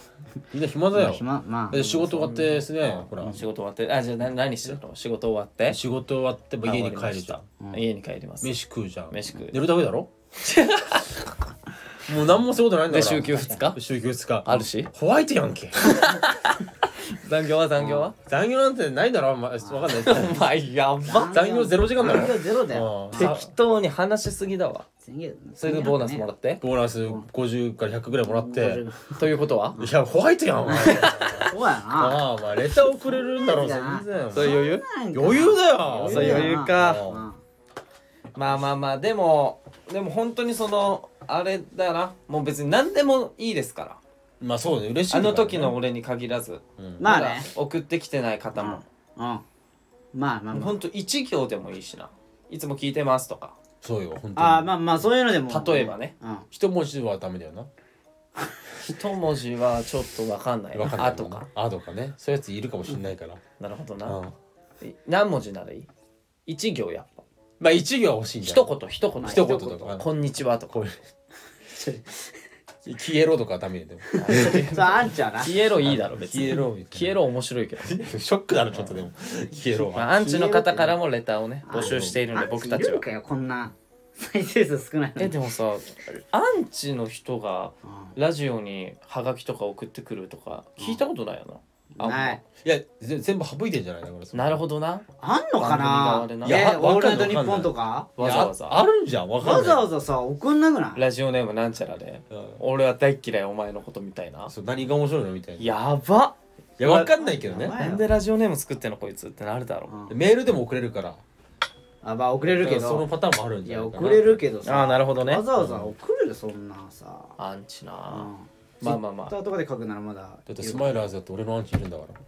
みんな暇だ
まあ
よ
暇ま
で仕事終わってですねほら
仕事終わってあじゃあな何してるの仕事終わって
仕事終わっても家に帰るじゃ
た
ん
家に帰ります
飯食うじゃん
飯食う
寝るだけだろ (laughs) もう何もすることないんだ
で
から
週休2日
週休2日
あるし
ホワイトやんけ
残業は残業は
残業なんてないだろお前わかんない
お前やば
あ
残業ゼロ時間だろ
残業ゼロだよ
うん
適当に話しすぎだわ
全然
それでボーナスもらって
ボーナス50から100ぐらいもらって
50
ということは
「いやホワイトやん
(laughs)
お前」
そうやな
ああまあレター送れるんだろう
そうだな
全然
そういう
なんか
余裕だよ
余裕
そう余裕か
うん
うん
まあまあまあでもでも本当にそのあれだよなもう別に何でもいいですから
まあそうね嬉しい
あ
から
の
ね
時の俺に限らず
うん
まあね
だ送ってきてない方も、
うんまあまあま
本当一行でもいいしないつも聞いてますとか
そうよ本当に
ああーまあまあそういうのでも
例えばね
うん
一文字はダメだよな
一文字はちょっとわかんないな
わかんない
あとか
あとかねそういうやついるかもしれないから
なるほど
う
な、
ん
何文字ならいい一行やっぱ
まあ一行は欲しいんだよ
一言一言
一言とか
こんにちはとか
消えろとかはダメだよ
そうあんちゃうな
消えろいいだろ別に
消えろみたいな
消えろ面白いけど
(laughs) ショックだろちょっ
(laughs)
とでも消えろ
まあ、
は
アンチの方からもレターをね募集しているので僕たち
いる
は
んかよこんな再生数少ないの
え
に
でもさアンチの人がラジオにハガキとか送ってくるとか聞いたことないよあんま
ない
いやぜ全部省いてんじゃないだからその
なるほどな
あんのかな
番組側でない
や
いや
オー
わ
ルナ
かん
イト
ない
ニッポンとか
いや
わざわざ
ああるんじゃんわか
わ
んない
ざわざさ送んなくない
ラジオネームなんちゃらで
うん
俺は大っ嫌いお前のことみたいな
そう何が面白いのみたいない
やばっ
やわかんないけど
やば
ね
い
なんでラジオネーム作ってんのこいつってなるだろ
う
うん
メールでも送れるから
あまあ送れるけ
だからその
ど
パターンもあるん
い
じゃ
や
ないかな
送れるけどさ
ああなるほどね
わざわざ送るよそんなさ
アンチ
う
なんまあまあまあ
Twitter とかで書くならまだ
だってスマイラーズだって俺のアンチいるんだから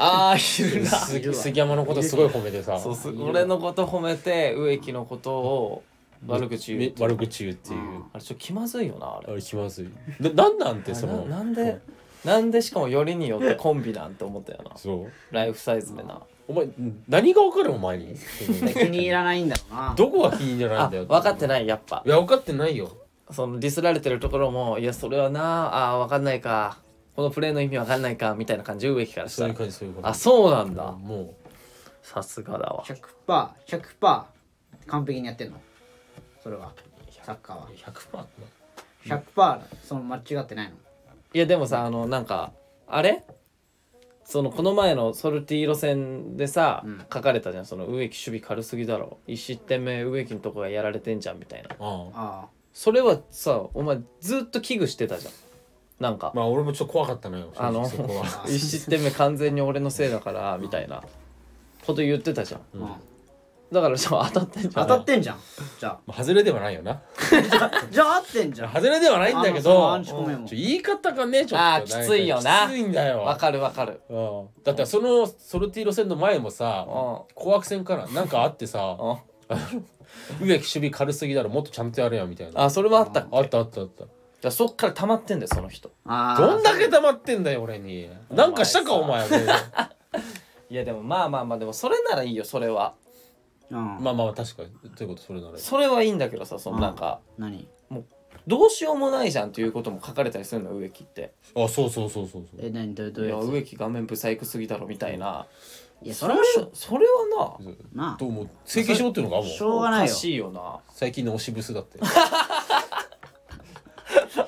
ああいるな
すげえ
杉杉山のことすごい褒めてさ
そうす俺のこと褒めて植木のことを悪口言う
め悪口言うっていう
うん
あれちょっと気まずいよなあ
あ
れ
れ気まずいななんなんてその
ななんでなんでしかもよりによってコンビなんて思ったよな
そう
ライフサイズでな
お前何がわかるお前に (laughs)
気に入らないんだろうな
どこが気に入らない
あ
んだよ
分かって
い
ないやっぱ
いや分かってないよ
そのディスられてるところもいやそれはなあー分かんないかこのプレーの意味分かんないかみたいな感じ植木からし
そう
た
いう
ら
感じそういう感じ
あそうなんだ
も
さすがだわ
100%100% 100%完璧にやってんのそれはサッカーは
う100%ってな
100%その間違ってないの
いやでもさあのなんかあれそのこの前のソルティ路線でさ、
うん
書かれたじゃんその植木守備軽すぎだろ1失点目植木のとこがやられてんじゃんみたいな
ああ
あ
それはさお前ずっと危惧してたじゃんなんか、
まあ俺もちょっと怖かったのよ
あの
そこは
1失点目完全に俺のせいだからみたいなこと言ってたじゃん
あ、
うん
うん
だからさ当たってんじゃ
当
ん
たってんじゃんじゃ
まあ外れではないよな
あじゃあ合ってんじゃん
外れではないんだけど
あのそのアンチコメも
うんちょ言い方がねちょっと
あーきついよな
きついんだよ
わかるわかる
うんだってそのソルティ路線の前もさ
う
紅白戦からなんかあってさ
うん
植木守備軽すぎだろもっとちゃんとやれよみたいなあ
あそれもあったっけだか
ったあったあった
らそっから溜まってんだよその人
あー
どんだけ溜まってんだよ俺になんかしたかお
お
前 (laughs)
前
俺
いやでもまあまあまあでもそれならいいよそれは
うん
まあまあ確かにということそれなら
それはいいんだけどさその
うん
なんか
何
どうしようもないじゃんっていうことも書かれたりするの植木って
あそうそうそうそうそう
え何どう
い
どういう
や
やつ
植木画面不細工すぎだろみたいない
やそ
そ
れ
れ
もしょ
それはな
なあ
どうも整形しろっていうのかもう
しょうがな
おか
いよ
しいよな
最近の押しブスだって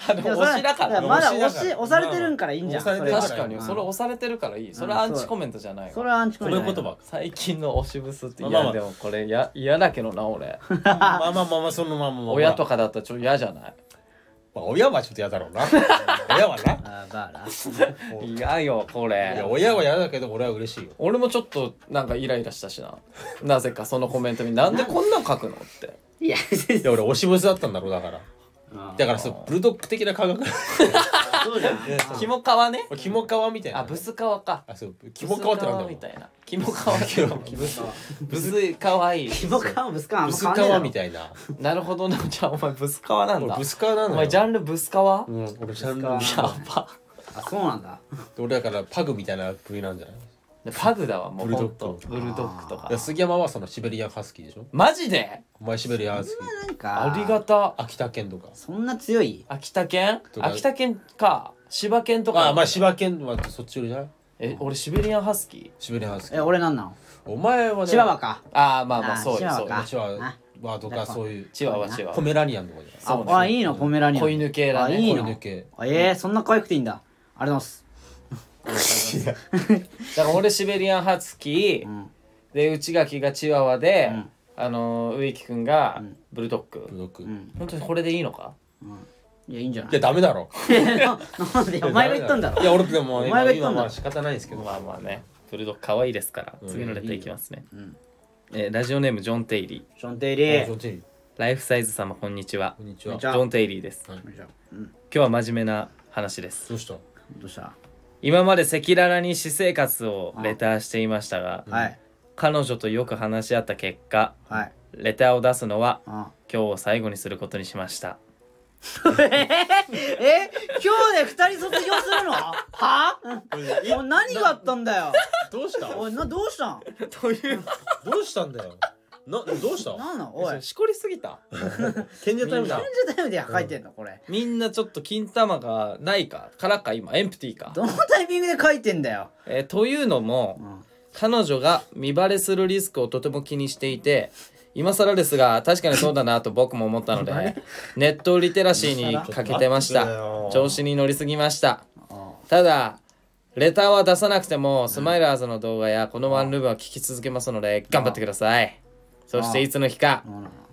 あの
いやそれ
推しだから
いやまだ
推し
押
だから
し押されてるんからいいんじゃん
まあまあ押されてる
確か
う
に
ん
それ押されてるからいいそれはアンチコメントじゃない
そ
わ
れはアンチコメント
この言葉
最近の推しブスってい
まあま
や
あ
でもこれや嫌だけどな俺
まあまあまあまあそのまままあ
親とかだったらちょっと嫌じゃない
まあ親はちょっと嫌だろうな親はな
あーバーラ
嫌よこ
いや
れ
親は嫌だけど俺は嬉しいよ
俺もちょっとなんかイライラしたしななぜかそのコメントになんでこんなん書くのって
いや
いや俺押しブスだったんだろうだから
あ
だからそうブルドック的な感覚
ーそうじゃん
キモカワね
キモカワみたいな
あブスカワか
あそうキモカワってなんだ
ブスカワ
ろ
みた
う
いなキモカワ
キモ
ブスブスカワいい
キモカワブスカワあん
ブ
ま
ス
変
カ
わんねえだ
ワ
ろ
みたいな
なるほどなじゃあお前ブスカワなん
俺
だ
ブスカワなの
お
よ
前ジャンルブスカワ
うん俺ジャンル
ブスカ
やば
あそうなんだ
俺だからパグみたいな部類なんじゃない
パグだわもう
ブル
ほ
ドッ
ん
グ
とブルドッグとか
いや杉山はそのシベリアンハスキーでしょ
マジで
お前シベリアンハスキ
なんか
ありがた
ー秋田県とか
そんな強い
秋田県
とか
秋田県か柴犬とか
あまあ柴犬はそっちよりじゃない
え俺シベリアンハスキ
シベリアンハスキ
え
ー
俺なんなの
お前はね
チワワか
ーああまあまあそう
チ
よ
ワ
そ
ワ
うよ
か
チワ
あ
ワとかそういう
チワワチワワ
ポメラニアンとかじゃ
そうね
ああいいのポメラニアン
子犬系だね
あいいの
子犬系
あええそんな可愛くていいんだありがとうございます
だから俺シベリアンハスキー、
ん
で内垣がチワワで、
うん
あのー植木くんが
ん
ブルドッグ、
ないブルドック
ん
本当にこれでいいのか
いやいいんじゃない
いやダメだろ
(laughs) なんでお前が言ったんだろ
いや俺でも
お前が言った
今
んだろ
まあ仕方ないですけど
まあまあねブルドッグ可愛いですから次のレターいきますね、えーラジオネームジョン・テイリー
ションテイリ
あそ
ー
っちに
ライフサイズ様こんにちは
こんにち
こん
は
にち
ジ
は
ョン・テイリーです
は
今
い
うん
日は真面目な話です
どうした
どうした
今まで赤裸々に私生活をレターしていましたが
はい
彼女とよく話し合った結果
はい
レターを出すのは
あ
今日を最後にすることにしました
え今日で二人卒業するのはあもう何があったんだよ
どうした
おいなどうしたん
という
どうしたんだよなどうした
なんなのおい
しこりすぎた
賢者タイムだ
何時タイムで書いてんのこれ
(laughs) みんなちょっと金玉がないかからか今エンプティーか、
どのタイミングで書いてんだよ
えーというのも、
ん
彼女が見バレするリスクをとても気にしていて今更ですが確かにそうだなと僕も思ったのでネットリテラシーに欠けてまし
ちょっと待って
た
よ
調子に乗りすぎました
あ
ただレターは出さなくても、スマイラーズの動画やこのワンルームは聞き続けますので、頑張ってください。そしていつの日か、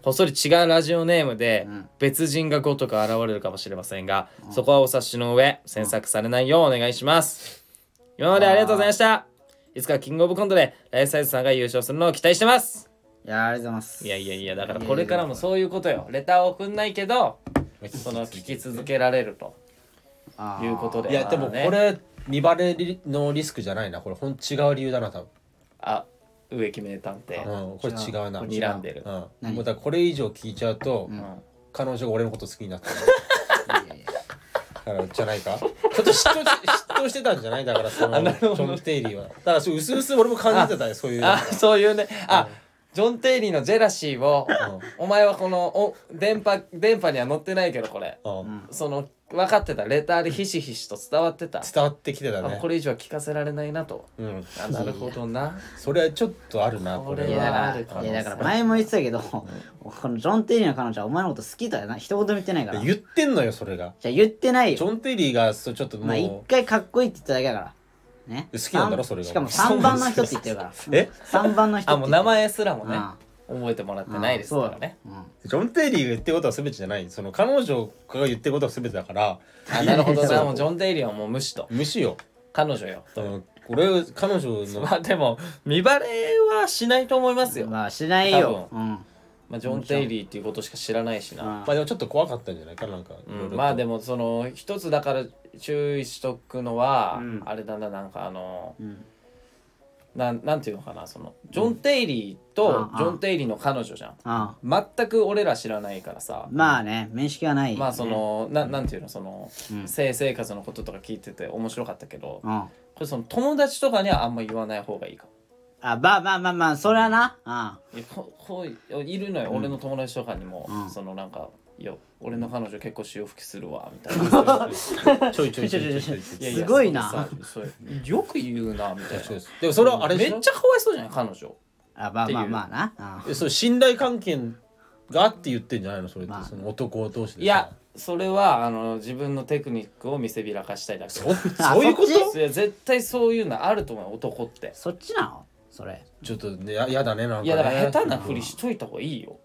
こっそり違うラジオネームで
うん
別人がごとく現れるかもしれませんが、そこはお察しの上、詮索されないようお願いします。今までありがとうございました。いつかキングオブコントでライフサイズさんが優勝するのを期待してます。
いやありがとうございます
いやいやいや、だか
い
ら
やいや
これからもそういうことよ。レターを送んないけど、そ
そ
の聞き続けられると
あー
いうことで。
いやでもこ
まあね、
れ2バレのリスクじゃないなこれほん違う理由だな多
あ、植木名探偵。
分、うん、これ違うな
これ睨んでる
うん、もう
何
だからこれ以上聞いちゃうと、
ん
彼女が俺のこと好きになってる
いやいや
からじゃないかちょっと嫉妬し嫉妬してたんじゃないだからその
なる
ジ
ほど
ョン・テイリーはだからそう薄々俺も感じてたねそういう
あそういうねあ、ジョン・テイリーのジェラシーを、お前はこのお電波電波には載ってないけどこれ
うんうん
その分かってたレターでひしひしと伝わってた、
伝わってきてた
あ
ね
これ以上は聞かせられないなと
うん
あなるほどな
それはちょっとあるなこ
こ
い
れ
れ
やだ
は
は
か
ある
ら
可能
い
性
やだから前も言ってたけど、このジョン・テリーの彼女はお前のこと好きだよな一言も言ってないからじ
言ってんのよそれが
ゃあ言ってない
ジ
よ
ョン・テイリーがそうちょっともう、
まあ一回かっこいいって言っただけだからね
好きなんだろそれが
しかも3番の人って言ってる
(laughs)
から
え
3番の人
あ
って
も
言ってる
う名前すらもね
あ
覚えてもらってないですからね
うん
ジョン・テイリーが言ってることは全てじゃないその彼女が言ってることは全てだから
あなるほど
そ
な
う
もうジョン・テイリーはもう無視と
(laughs) 無視よ
彼女よ
その俺彼女の
まあでも見バレはしないと思いますよ、ま
まあしないよ、うん、
あ、ジョン・テイリーっていうことしか知らないしな、
あ
まあでもちょっと怖かったんじゃないかなんか、
う
いろいろ
ん、
と
まあでもその一つだから注意しとくのは、
うん
あれだななんかあの
うん
なんなんていうのかなそのジョン・テイリーと
うん
ジョン・テイリーの彼女じゃん
あ
全く俺ら知らないからさ
まあね面識はない、ね、
まあそのななんていうのその
うん
性生活のこととか聞いてて面白かったけど
うんあ
これその友達とかにはあんま言わない方がいいかも
まあまあまあまあそれはなあ
いやここういるのよ俺の友達とかにも
うん
そのなんか「いや俺の彼女結構潮吹きするわ」みたいな
(laughs) ちょいちょいちょいちょいちょい
いや
すごいな
それさそれよく言うなみたいな
そうですでもそれはあれ
め
で
っ
しょ
ちゃかわいそうじゃない彼女
あまあまあまあなあ
えそう信頼関係があって言ってんじゃないのそれって、
まあ
その男同士でさ
いやそれはあの自分のテクニックを見せびらかしたいだけ
そそういう
(laughs)
こ
あそ
と
いや絶対そういうのあると思うよ男って
そっちなのそれ
ちょっとねややだねなんか、ね、
いやだから下手なふりしといた方がいいよ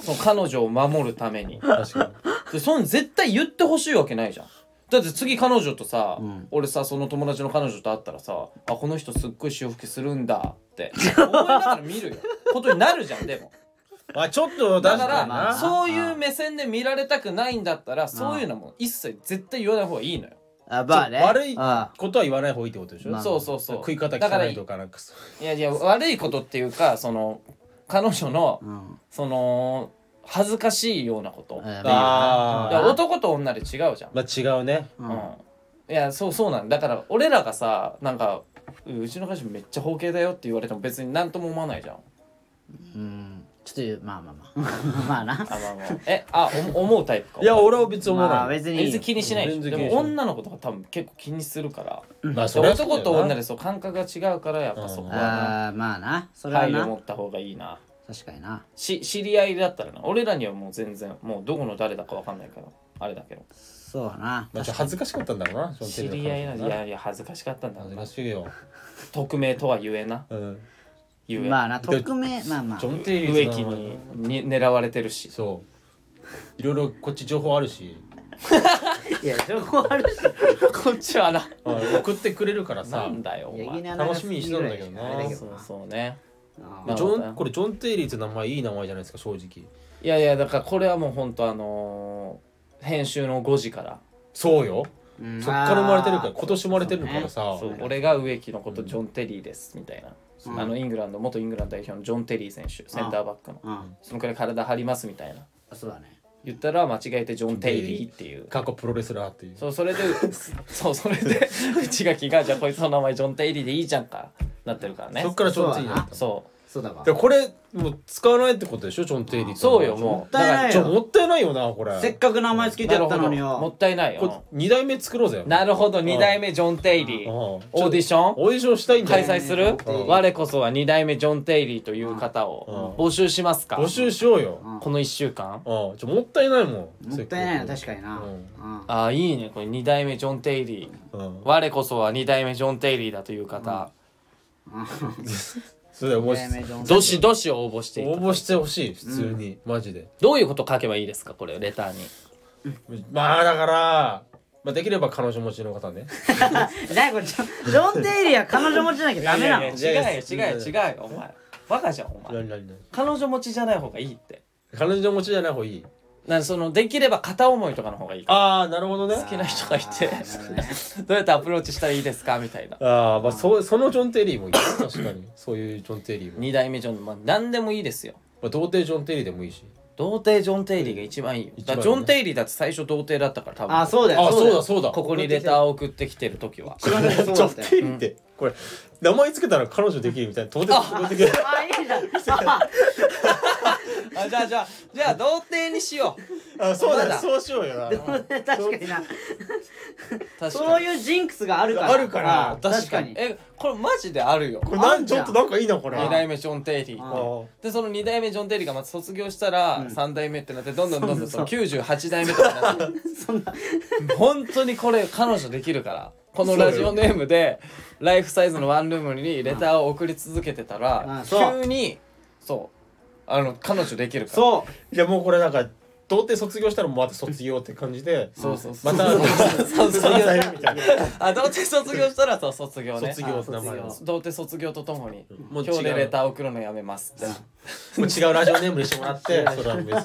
その彼女を守るために
確か
でその絶対言ってほしいわけないじゃんだって次彼女とさ、
うん
俺さその友達の彼女と会ったらさあこの人すっごい潮吹きするんだって思いながら見るよことになるじゃんでも
にあちょっと
だか
確に
ら
な
そういう目線で見られたくないんだったらそういうのも一切絶対言わない方がいいのよ
あまあね
ちょ悪い
あ
ことは言わない方がいいってことでしょ、
まあ
そうそうそう
食い方
だから
汚いとかなんかそう
いやいや悪いことっていうかその彼女の
うん
その恥ずかしいようなこと、
えー
あ
だ
ー
から男と女で違うじゃん、
まあ違うね
う
うんんいやそうそうなんだだから俺らがさなんかううちの彼女めっちゃ包茎だよって言われても別に何とも思わないじゃん
うんちょっとまあまあまあ (laughs) まあな
あまあまあえあお思うタイプか
いや俺は別に思わ
まあ
ない、
別に
別に気にしないでしょ
全然
で
気にしない
も女の子とか多分結構気にするから
まあ、そりゃそうだ
男
よ
と女
な
でそう感覚が違うからやっぱそこは
あーまあなそ
な
れは
配慮
な
持った方がいいな
確かにな
し知り合いだったらな俺らにはもう全然もうどこの誰だかわかんないからあれだけど
そうだな
まあ、ちょっと恥ずかしかったんだろうなそのテ
知
レビの
り合い
感
なん
じ
でいやいや恥ずかしかったんだろう
恥ず
な
かしいよ、
匿名とは言えな
うん、
言え
まあな匿名まあまあ
ジョン・テイリ
植
ー
木にに狙われてるし
そういろいろこっち情報あるし
いや情報あるし
こっちはな。
送ってくれるから
な
さ
んだよ、お
ヤ
前
ギ。の穴が
楽しみにしてたんだけどな
好きぐらいし
そ
かあれ
う
だ
そうね。
けどな
まあ
ジョンこれジョン・テイリーって名前いい名前じゃないですか正直
いやいや、だからこれはもう本当あのー編集の5時から、
そうよ
うん
そっから生まれてるから
あー
今年生まれてるからさ
そう
ね
俺が植木のことジョン・テリーです、みたいな。
うん
あのイングランド元イングランド代表のジョン・テリー選手センターバックの
うん
そのくらい体張りますみたいな
そうだね
言ったら間違えてジョン・テリーっていう
過去プロレスラーっていう
そうそれでそうそれで内垣がじゃあこいつの名前ジョン・テリーでいいじゃんかなってるからね
そっからジョン・テイリーになった
そう
そうだわ
でこれもう使わないってことでしょチョンテイリーと
そうよもう
もったいない
ちょ
よ
もったいないよなこれ
せっかく名前つけてやったのに
なるほども
よ
ったいない
こ
よ
れ2代目作ろうぜ
なるほど
うん
2代目ジョン・テイリ
う
ー
ん
オ
ちょ
ーディション
オーディションしたいんだ
開
よ
催する
うん
我こそは2代目ジョン・テイリーという方を
う
募集しますか
募集しようよ
この1週間
うんちょもったいないもん
もったいないな確
か
かにな、
う
うんん
ああいいねこれ2代目ジョン・テイリー
に、うん、
我こそは2代目ジョン・テイリーだという方
それでもう
ねメジョン
どしどし応募してい
応
た
募してほしい普通に、マジで
どういうこと書けばいいですかこれレターに
まあだから、まあ、できれば彼女持ちの方ね
なんかちょジョン・デイリーは彼女持ちじゃなきゃダメなの
い
い
やいやいや違うよ違うよ違うよお前バカじゃんお前
何何何
彼女持ちじゃない方がいいって
彼女持ちじゃない方がいい
なんかそのできれば片思いとかの方がいい
ああなるほどね
好きな人がいて
なるほどね
(laughs) どうやってアプローチしたらいいですかみたいな
ああまあそそのジョン・テリーもいい確かにそういうジョン・テリーも、ま
2代目ジョン、まあ、何でもいいですよ
あ、童貞ジョン・テリーでもいいし
童貞ジョン・テイリーが一番いいよ、
一
だ
番いいね
からジョン・テイリーだって最初童貞だったから多分
あそうだよ
あそうだそうだ
ここにレターを送ってきてる時は
一番最初そう
ジ
だ
ョ
っ
ン・
たよ
テリーって、これ名前つけたら彼女できるみたいな童貞童貞できる
あいいじゃんあ
(laughs) あじゃあじゃあじゃあ童貞にしよう
あそう
ま
だ
だ
そうしようよな
確かにな
確
そ
か
う
に
いうジンクスがあるから
あるから
あ確かに
えこれマジであるよ
これな
あん
ん
じ
ち
ゃん
ょっとなんかいいなこれ
2代目ジョン・テイリー
あー
でその2代目ジョン・テイリーがまた卒業したら
ん
3代目ってなってどんどんどんどんその
そ
98代目とかになって本当にこれ彼女できるからこのラジオネームでライフサイズのワンルームにレターを送り続けてた
う
ら
んそう
急にそうあの彼女できるから
そ
じゃあもうこれなんか童貞卒業したらもうまた卒業って感じで
そうそうそう
また
そう
卒業みたいな
あ童貞卒業したらそう卒業ね
卒業って名
あ
前
卒
も
業
童貞卒業とともに
も
今
う
日で
違う
レター送るのやめますって
う違うラジオネームにしてもらってそれは別に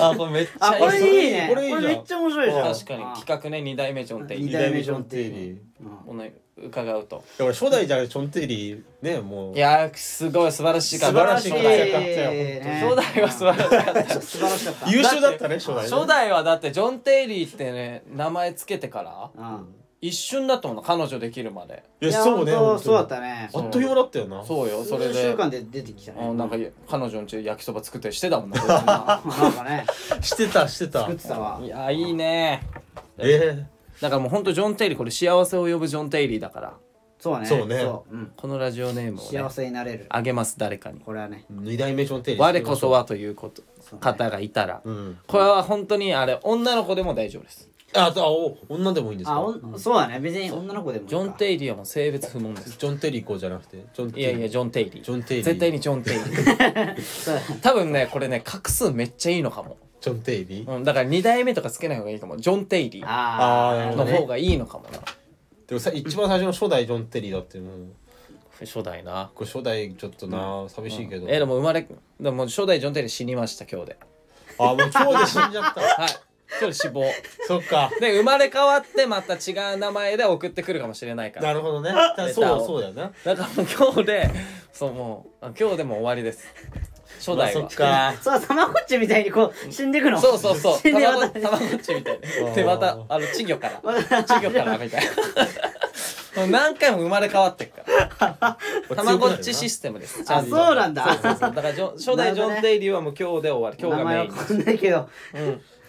あこれめっち
あ
ゃ
これいいねこ
こ
れ
れいいじゃ
め
ん
っちゃ面白いじゃん
確かに企画ね2代目ジョン・テイリ
二
ー
代目ジョン
テイリー
おの伺うと
俺初代じゃなくてチョンテイリーねもう
いやーすごい素晴らしい
素
か
晴
ら
らしい
素晴らしい方や
ね
初代は素晴らしかった
素晴らしかった
優秀だったね初代ね
初代はだってジョン・テイリーってね名前つけてから
うん
一瞬だったもんな彼女できるまで
いやそうね
いや本当
本当に
そうだったね
あっという間だったよな
そうよそれ
数週
で
間で出てきたね
うんなんか彼女の家焼きそば作ったりしてたもんな
(laughs) あなんかね
してたしてた
作ってたわ
いやーいいね
え
だからもうほんとジョン・テイリーこれ幸せを呼ぶジョン・テイリーだから
そうね
そうね
うん
このラジオネームをね
幸せになれる
あげます誰かに
これはね
え二代目チョンテイリー
我こそはということ方がいたら
うん
これは本当にあれ女の子でも大丈夫です
ああお女でもいいんです
あ
か
おんそうだね別に女の子でもいい
ジ
か
ョン・テイリーはもう性別不問です
チョンテイリーこうじゃなくてチョンテ
い
イ
や
リー
いやジョン・テイリー
ジョンテイリー
絶対にジョン・テイリ
(laughs)
ー多分ねこれね画数めっちゃいいのかも、
チョンテイリー
うん、だから2代目とかつけない方がいいかもジョン・テイリー
あ
あ
ー
ー
な
の
るほ
方
どね
がいいのかもな
でもさ一番最初の初代ジョンテイリーだってもう
初代な
これ初代ちょっとな寂しいけど
えでも生まれでも初代ジョン・テイリー死にました今日で
あもう今日で死んじゃった (laughs)
はい今日で死亡 (laughs)
そっか。
で生まれ変わってまた違う名前で送ってくるかもしれないから
なるほどね。
レ
そ
ターを
うそうだよね。
だからもう今日でそうもうあ今日でもう終わりです初代は、
まあそっか。
そうたまごっちみたいにこう死んでくの
そうそうそう。
死ん
た
で
ま
ま
ご
た
たまごっちみたいな。
ー
で、また、あの、稚魚
(laughs)
から。稚魚から (laughs) みたいな。もう何回も生まれ変わってっから。 (laughs) たまごっちシステムです。ちゃ
あ
ん
そう
と
なんだ
そうそうだからジョン、初代ジョン・デイリーはもう今日で終わり。今
名
日がメ
前は
イン。
変わんないけど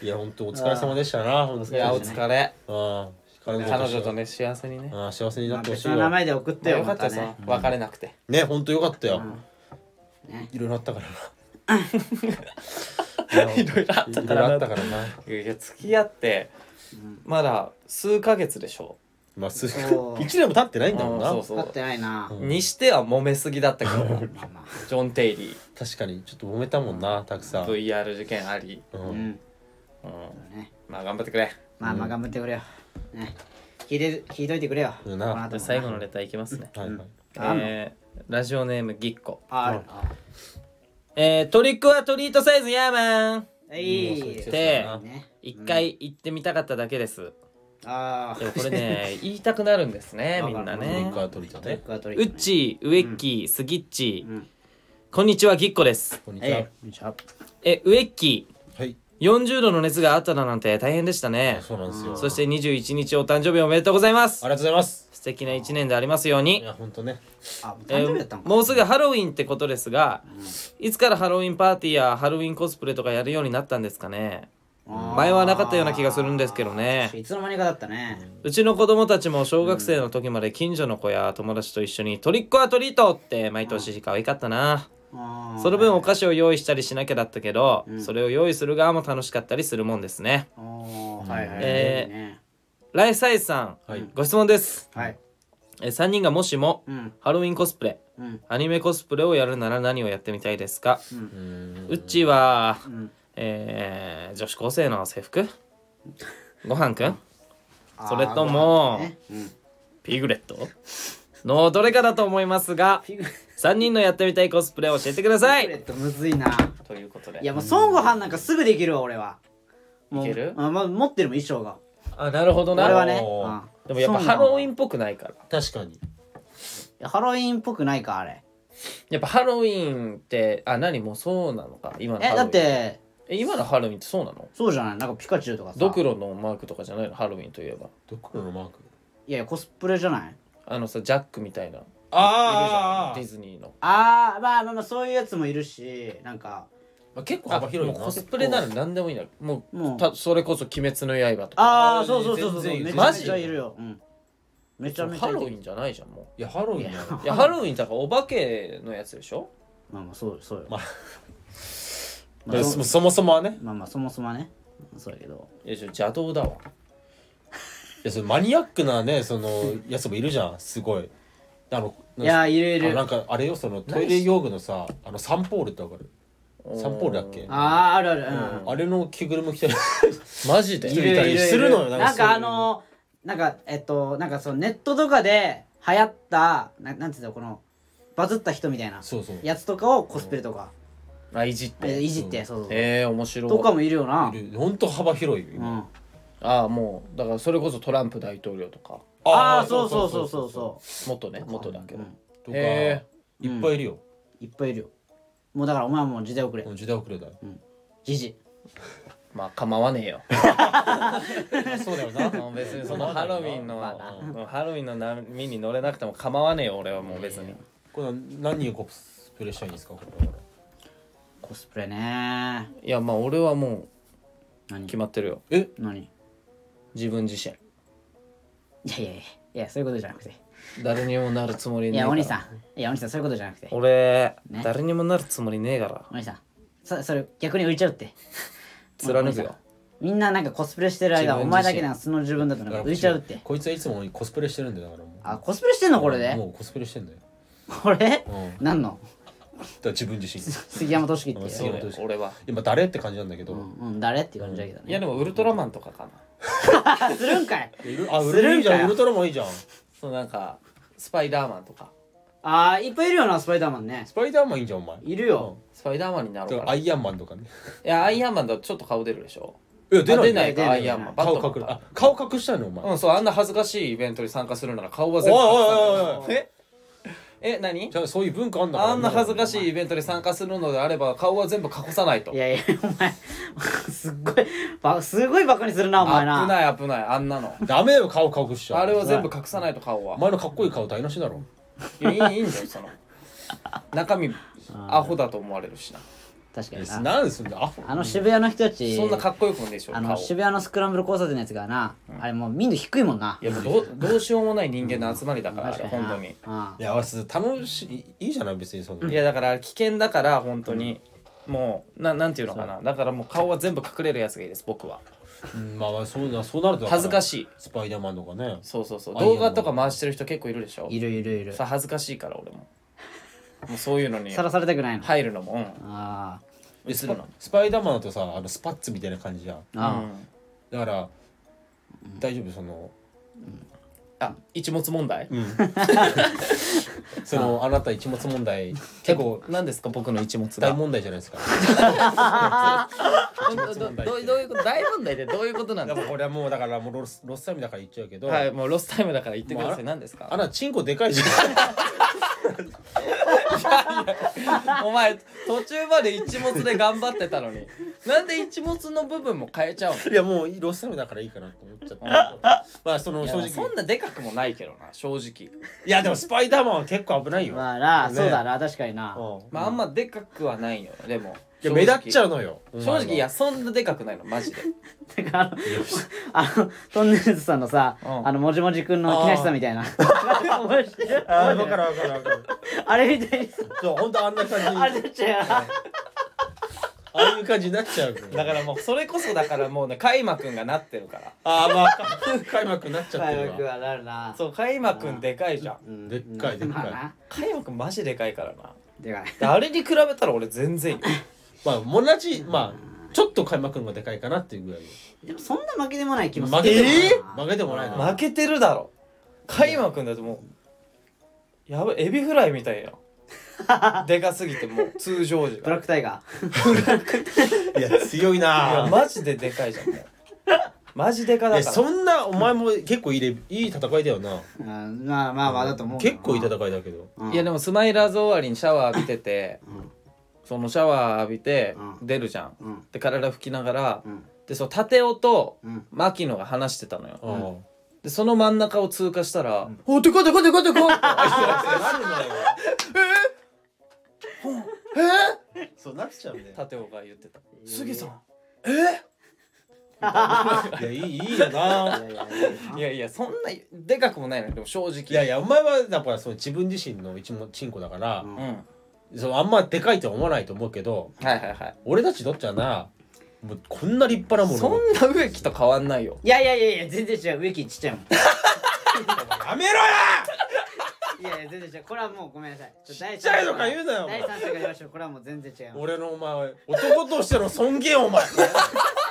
いや、本当お疲れ様でしたな。本当
いや、お疲れ。
あ彼
彼女と。ね、幸せにね。
ああ、幸せにな
まあ
ってほし
別
い
の名
わ。
前で送っ
まあ
てよ
よか
ま
った
た
ですね
ね。
別れなくて。
ね、本当よかったよ
ね。
いろいろあったからな。い
いろいろあった
い
か
ろいろあ
ら
った
な。
からな。
いや、付き合って、まだ数ヶ月でしょ。
まあ、数
そう
一年も経ってないんだもん
うん
な
そう。そ
合っ
う。
てないな
うん
にしては揉めすぎだったけど、
まあま
ジョン・テイリ
確かに、ちょっと揉めたもんな、たく
ー、
さん。
VR 事件あり。
う
あうんん
うん。
ね
まあ、頑張ってくれ。
まあまあ頑張ってくれよね聞いて聞いといてくれよ
うんな
こ後も
最後のレターいきますね、
はいはい。
あんの
えーラジオネームぎっこ
あるあ
えートリックはトリートサイズヤーマン
いい
うん
で
ね
一回行ってみたかっただけです、
ああ
でもこれ
(laughs)
ね言いたくなるんですねみんな
わかる
リ
ね
ンクは取りたね。
うっちーウエッキースギッチー、
うん
こんにちはぎっこです
こんにちは。
え
えウエッキー
はい。
40度の熱があっただなんて大変でしたね
そうなんですよ。
そして21日お誕生日おめでとうございます
ありがとうございます。
ス敵な一年でありますように
いや本当ね
あもう
え
誕生日だったの
ー
か、
もうすぐハロウィンってことですが、いつからハロウィンパーティーやハロウィンコスプレとかやるようになったんですかね前はなかったような気がするんですけどね
いつの間にかだったね、
うちの子供たちも小学生の時まで近所の子や友達と一緒にトリックアトリートって毎年可愛かったな、
あー
その分お菓子を用意したりしなきゃだったけど、
うん
それを用意する側も楽しかったりするもんですね
あーはいはい、
えー
いいね
ライサイさん、
はい
ご質問です
はい
え3人がもしも
うん
ハロウィンコスプレ
うん
アニメコスプレをやるなら何をやってみたいですか、
うーん
うっちーは
うん
えー女子高生の制服ごはんくん
あー
それとも
ご飯ねうん
ピグレットのどれかだと思いますが
ピグレ
3人のやってみたいコスプレを教えてくださ
ッ
い
トむずいな
ということで
いやもう孫悟飯なんかすぐできるわ俺はもう
いける
あまあ、持ってるもん衣装が
あなるほどな
俺はね
お
うん
ー
でもやっぱハロ
孫悟
ウィ
飯
ンっぽくないから
確かに
いやハロウィンっぽくないかあれ
やっぱハロウィンってあ何もうそうなのか今のハ
え
ロウィン
だって
え今のハロウィンってそうなの
そうじゃないなんかピカチュウとかさ
ドクロのマークとかじゃないのハロウィンといえば
どこのマーク
いやいやコスプレじゃない
あのさジャックみたいないるじゃん
あ
ディズニーの
あーまあまあまあそういうやつもいるしなんか
あ結構
あ
幅広い
もう
よな
コスプレなら何でもいいんだもう
もう
たそれこそ「鬼滅の刃」とか
あ
あ
あ
ー
そうそうそうそう
全然いる
めちゃめちゃいるよ、うん、めちゃめちゃ
ハ
い
ロウ
る
ィンじゃないじゃんも
いやハロウィン
い
や
や
ろ
ういやハロウィンだからお化けのやつでしょ
まあまあそうそうよ、
まあ
まあそ
そそもそもはね
まあまあそもそもはねそうやけど
いやちょ邪道だわ
いやそのマニアックなねそのやつもいるじゃんすごいあの
いやーいるい
あ
る
なん
あ
かあれよそのトイレ用具のさあのサンポールってわかるサンポールだっけ
あーあるあるうん、
あれの着ぐるみ
(laughs)
着てる
マジで
いるいるいる
するのよなんか
なんかあのなんかえっとなんかそのネットとかで流行ったななんていうのこのバズった人みたいな
そうそう
やつとかをコスプレとか、
あいじって
え
へ
いじってそうそうそう、
え面白い
とかもいるよない
るほんと幅広いよ
うん
今、
あ
ああもうだからそれこそトランプ大統領とか
あーそうそうそうそうそう
元ね元だけど
うん
とかいっ
へ
ぱいいるよ、
いっぱいいるよもうだからお前はもう時代遅れ
もう時代遅れだよ、
じじ
まあ構わね
(laughs)
えよ (laughs)
そうだよな
別にそのハロウィンのハロウィンの波に乗れなくても構わねえよ俺はもう別に
これ何をコスプレしたいんですかこれ
コスプレね
いやまあ俺はもう
何
決まってるよ
え
何い
自分自身
やいやいやいやそういうことじゃなくて
誰にもなるつもり
い
ねえ
や
か
お
ら
兄さんいやお兄さんそういうことじゃなくて
俺、
ね
誰にもなるつもりねえから
お兄さんそそれ逆に浮いちゃうって
貫くよ
みんななんかコスプレしてる間
自分自身
お前だけなんか素の自分だとなんか浮いちゃうって
こいつはいつもコスプレしてるんだよだからもう
あコスプレしてんのこれ
も
で
うコスプレしてんだよ
これ
うん
何の
だから自分自身
杉山俊樹って
そ
いうう
だよ
俺は
今誰って感じなんだけど、
うんうん誰っていう感じだけど
いや
ね
でもウルトラマンとかかな
あするんかい
いるあ
す
ウ
るんかよ
ルいいじゃんウルトラマンいいじゃんス
そうなんかスパイダーマンとか
あーいっぱいいるよなスパイダーマンね
パイダーマンいいじゃんお前
いるよ
スパイダーマンになろ
だ
うか
か
ら
ア
らい
イアンマンとかね
やアイアンマンだとちょっと顔出るでしょ
え出
あ
な
出
いよ
ない
出
か
な
ア
い
イアンマン
顔
バットマン
隠るあ顔隠したいのお前、
うんそうあんな恥ずかしいイベントに参加するなら顔は
おい
全部
おいおいおい
ええ何
じゃあそういう文化あんだからね
あんな恥ずかしいイベントに参加するのであれば顔は全部隠さないと
いやいやお前すっごいばすごいバカにするなお前
危
な
ない危ないあんなの
ダメだよ顔隠しちゃう
あれは全部隠さないと顔は
お前のかっこいい顔台無しだろ
いやいいいいんだよその中身アホだと思われるしな
確かにな
なんですんだアホ
あの渋谷の人たち
そんなかっこよくもねえでしょ
あ
顔
の渋谷のスクランブル交差点のやつがな、あれもう民度低いもんない
やもうどうどうしようもない人間の集まりだからあれ本当に
あ
いや楽しいいいじゃない別にその
いやだから危険だから本当にもうななんていうのかなだからもう顔は全部隠れるやつがいいです僕は
うんまあまあそうなそうなると
恥ずか
い
しい
スパイダーマンとかね
そうそうそう
あいいよ
動画とか回してる人結構いるでしょ
いるいるいる
さ恥ずかしいから俺ももうそういうのに
さらされたくないの、
入るのもうん
あ
映
ス
る
パ
の
スパイダーマンだとさあのスパッツみたいな感じじゃん
ーあー、
うん
だから大丈夫その
あ一物問題
そのあなた一物問題結構
え何ですか僕の一物
大
が
問題じゃないですか
どどどどういうこと大問題ってどういうことなん
や
で
っ
す
ぱ
か
これはもうだからもうロスロスタイムだから言っちゃうけど、
はいもうロスタイムだから言ってください
ま
何です
あ
か
なたチンコでかいじゃん
(laughs) お前途中まで一物で頑張ってたのになんで一物の部分も変えちゃうの
いやもうロスタイムだからいいかなと思ってちょっと
うん
まあその
いや
正直
そんなでかくもないけどな正直
いやでもスパイダーマンは結構危ないよ、
まあな、
ね
そうだな確かにな、
うん
まああんまでかくはないよでも
いや目立っちゃ
う
うのよお前
正
は
直いやそんなでかくないのマジで
だか
(laughs)
らあのあのトンネルズさんのさ、
うん
あのもじもじくんの木梨さんみたい
(laughs)
な面白い
あー分かる分かる分かる
(laughs) あれみたいにさ
そう本当あんな感じ
あれ
(laughs)
だっちゃう
ああいう感じになっちゃう
だからもうそれこそだからもうねカイマくんがなってるから
ああまあ (laughs) 開幕になっちゃって
早
る
く
わ
はなるな
そうカイマくんでかいじゃん
うん
でっかいでっかい
まあな
カイマくんマジでかいからな
でかい
であれに比べたら俺全然いいよ
まあ同じまあちょっと開幕の方がでかいかなっていうぐらい
でもそんな負けでもない気もする
負けてもない、
えー
負けてもないな、
負けてるだろカイマくんだってもうやばいエビフライみたいや (laughs) んでかすぎてもう通常時
ブ
が
ラックタイガ
いや強い
いや
な
マジででかいじゃん (laughs) もうマジでか
い
だ
や
から
そんなお前も結構いいレいい戦いだよな
ー、うん、まあまあまあだと思うけど
結
な
構いい戦いだけど
うん
いやでもスマイラーズ終わりにシャワー浴びてて、そのシャワー浴びて
うん
出るじゃん、
うん
で体拭きながら、
うん
でその立雄と
うん
牧野が話してたのよ、
うんなる
でその真ん中を通過したら「おでかいでかいでかいでかい!」 (laughs)
のよええ (laughs) そうなっちゃうね
立雄が言ってた「杉さん
いやいいいいよない
やいやそんなでかくもないのよでも正直
いやいやお前はだからその自分自身の一もチンコだから、
うんはい
そのあんまでかいとは思わないと思うけど
はいはい
俺たちどっちはなもうこんな立派なも
そ
の
んな植木と変わんないよ
いやいやいやいや全然違う植木ちっちゃいもん
やめろや
いやいや全然違うこれはもうごめんなさいちょっ
ちっちゃいのか言うなよお前
第三者が言いましょうこれはもう全然違います
俺のお前男としての尊厳をお前 (laughs)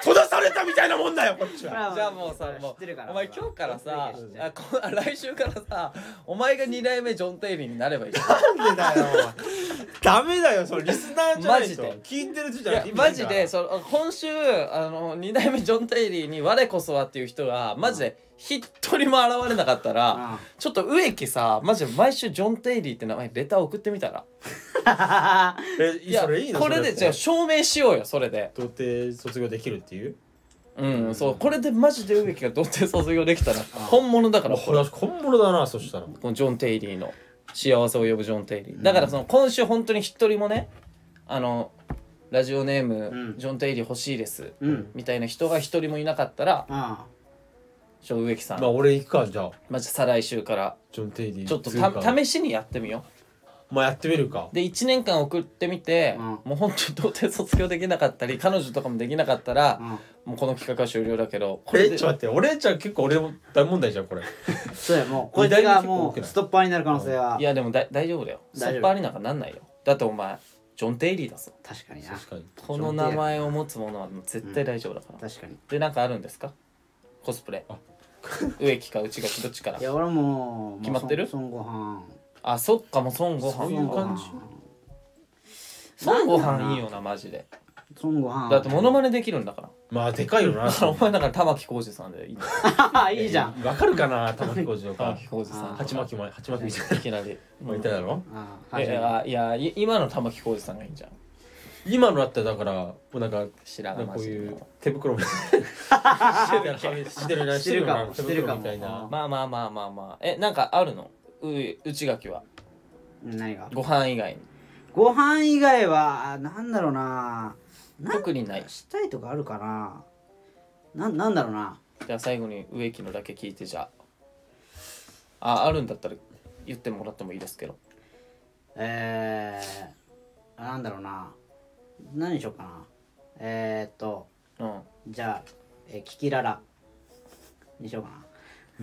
閉ざされたみたいなもんだよこっち
これは
じゃあもうさ
知
も
ってるから
うお前今日からさ
知ってる
あこあ来週からさお前が2代目ジョン・テイリーになればいいじゃん
なんでだよダメだよそのリスナーじゃな
マ
いと
ジで
聞いてる人じ
(laughs) い
ゃな
や
い
マジでその今週あの2代目ジョン・テイリーに我こそはっていう人がマジで一人も現れなかったら
うん
ちょっと植木さマジで毎週ジョン・テイリーって名前レター送ってみたら
え
いや
それいいの
これでじゃあ証明しようよそれで
童貞卒業できるっていう
うんそうこれでマジで植木が童貞卒業できたら本物だから
これは本物だなそしたら
このジョン・テイリーの幸せを呼ぶジョン・テイリーだからその今週本当に一人もねあのラジオネーム、
うん
ジョン・テイリー欲しいです、
うん
みたいな人が一人もいなかったら
うん
ちょ植木さん、
まあ俺行くかじゃあ
まじ再来週から
ジョン・テイリー
ちょっと
次か
た試しにやってみよ
まあやってみるか
うで1年間送ってみて、
うん
もう本当に童貞卒業できなかったり彼女とかもできなかったら、
うん
もうこの企画は終了だけどこれ
えちょ
で
っと待って俺じゃあ結構俺も大問題じゃんこれ
そうやもうこいつがも
二代目結構多く
う
ない
ストッパーになる可能性はい
やでもだ大丈夫だよ
大
ス
丈夫
ッパーになんかなんないよだってお前ジョン・テイリーだぞ
確かにな
確かに
この名前を持つものは絶対大丈夫だから、
確かに
でなんかあるんですかコスプレ
あ
植木か内垣どっちから
いや俺もう
決まってる
もう孫悟
あそっかもう孫悟
そうい
飯
う
飯
感じ
孫悟飯いいよなマジで
孫悟飯
だってモノマネできるんだから
まあでかいよな
だからお前だから玉置浩二さんでいいんだよ
あ (laughs) いいじゃん
わかるかな玉置浩二と
玉
か
置浩二さん
鉢巻きも鉢巻きみたい
いきなり
なのいただろ
あ
いやいやい今の玉置浩二さんがいいんじゃん
今のあったらだからもうなんか
白
なん
髪
か
マ
こう
ジ
い
で
う手袋みたいなしてるな
してるかも
手袋みたい
してるかも
な
まあまあまあまあまあえなんかあるのう内垣は
何が
ご飯以外に
ご飯以外はなんだろうななん
特にない
したいとかあるかななんなんだろうな
じゃあ最後に植木のだけ聞いてじゃあああるんだったら言ってもらってもいいですけど
えー、なんだろうな何にしようかなえー、っと
うん
じゃあ、えー、キキララにしようか
(laughs)
な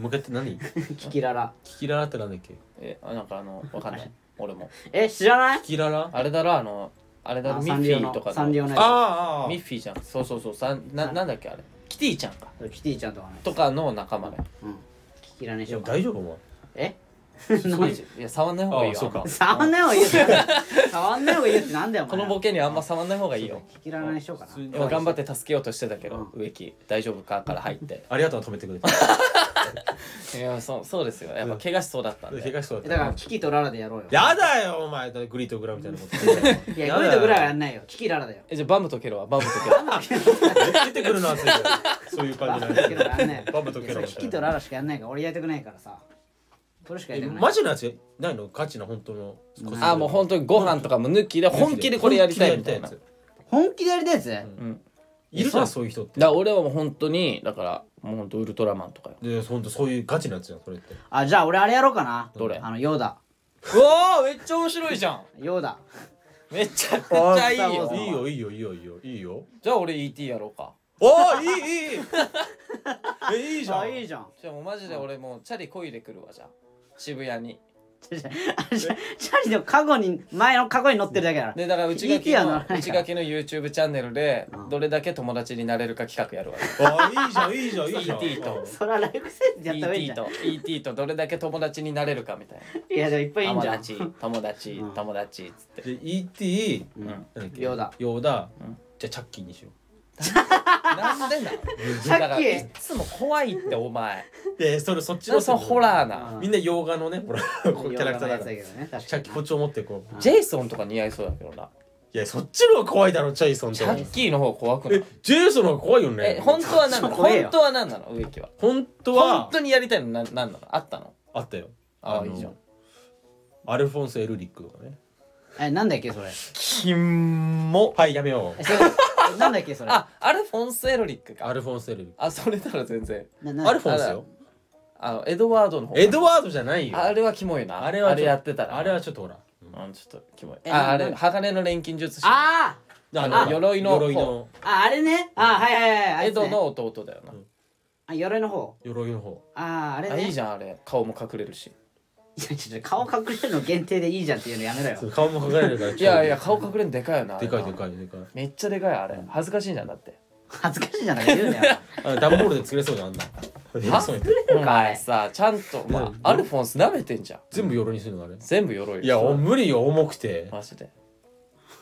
向かって何
キキララ
キキララってなんだっけ
えあなんかあ (laughs) のわかんない俺も
え知らない
キキララあ
あれだろあのあれ
あ
だ
の
ろミ
サ
ッ
ン
フ
リ
ィ
オ
ーと
の
か
サンリオのや
あああ
ミッフィーじゃんそうそうそうさんななんだっけあれキティちゃんか
つキティちゃんとかね
とかの仲間ね
うんキキラにし
いや
ようかな
大丈夫お前
え
いや触んない方がいいよ
あそうか
あんま
触んない方がいいよ触んない方がいいよってなんだよお
こ
前
のボケにあんま触んない方がいいよ
キキララにしようかな
普通に
今頑張って助けようとしてたけど
う
植木大丈夫かから入って
(laughs) ありがとう止めてくれて
(laughs) いやそうそうですよやっぱ怪我しそうだったんで、
怪我しそうだ
だ
った
からキキとララでやろうよ
やだよお前グリートグラみたいなこと言って
いやグリとグラはやんないよキキララだよ
えじゃあバムとケロ (laughs) はバムとケロ
出てくるのは熱いよそういう
バ
感
ブ
じな
(laughs)
ん
とケロ
で
やんないよ
バブとケロみ
キ
たい
キと
な
ララしかやんないから俺やりたくないからさそれしかやり
え
たくない
マジのやつないのガチな本当の
あーもう本当にご飯とかも抜きで本気でこれやりたいみたいな
本気でや
本気でやり
りや
たいやつ、
ついるじゃんそういう人って
だから俺はもう本当にだからもう本当ウルトラマンとかよ
で本当そういうガチなやつじゃんそれって
あじゃあ俺あれやろうかな
どれ
あのヨーダ
うわーめっちゃ面白いじゃん
ヨーダ
めちゃくちゃいい
あ
よ
ー
いいよいいよいいよいいよいいよ
じゃあ俺 ET やろうか
おーいいいいえいいじゃ
あ
ん
いいじゃん
じゃあもうマジで俺もうチャリこいでくるわじゃあ渋谷に
違う違うあじゃあチャリでもカゴに前のカゴに乗ってるだけだから
でだから内垣
ET はなら
の
ないから
内垣の YouTube チャンネルでどれだけ友達になれるか企画やるわ
あいいじゃんいいじゃんいいじゃん
ET と
そらライフセンスやった方がいい
ET
じゃん
と ET とどれだけ友達になれるかみたい
いやでもいっぱいい
ない
ん
友
じゃん
達友達友達っつって
で ET
ん
なんだっけ
ヨーダ
ヨーダじゃあチャッキーにしよ
なんでなの
(laughs) さっき
だからいつも怖いってお前
うでそれそっち
そ
の
うそうホラーな
みんな洋画のねほらこうキャラクター
ヨ
だ
ーダのやつだ
から
けどね確
チャッキーこっちを持ってこう
ジェイソンとか似合いそうだけどない
やそっちの方が怖いだろチェイソンって
ジャッキーの方怖くな
え
い
ジェイソンの方が怖いよ
え
ね
本当は何なの
ちょっと怖えよ
本当は何なの植木は
本当
本
は
当にやりたいのな何なのあったの
あったよ
ああ
の
いいじゃん
アルフォンス・エルリックとかね
にえなんだっけそれ
キモ
はいやめよ
えそれえなんだっけそれ
あアルフォンス・エロリック
う
か
アルフォンス・エルリッ
あそれなら全然
な
ク
な
アルフォンスよ
あのエドワードの方
エドワードじゃないよ
あれはキモいな
あれはちょ
やってたら
あれはちょっとほら
うんちょっとキモい
え
ああ
な
れ
な
鋼の錬金術師
あー
あ
あ鎧の
鎧の
ああれねあはいはいはいあ
エ
いつね
ドの弟だよな
あ鎧の方
鎧の方
あああれ
あ
ね
いいじゃんあれ顔も隠れるし
いやちょっと顔隠れるの限定でいいじゃんっていうのやめろよ
顔も隠れるから
いやいや顔隠れるのでかいよなあ
で
れ
か
ない
でかいでかい
めっちゃでかいあれ恥ずかしいじゃんだって
恥ずかしいじゃない言う
(laughs)
なよ
あダンボールで作れそうじゃんあんな
あ
そうやって
お前さちゃんとま
ね
あアルフォンス舐めてんじゃん
全部鎧にするのあれ
全部鎧よ
いやお無理よ重くて
マジで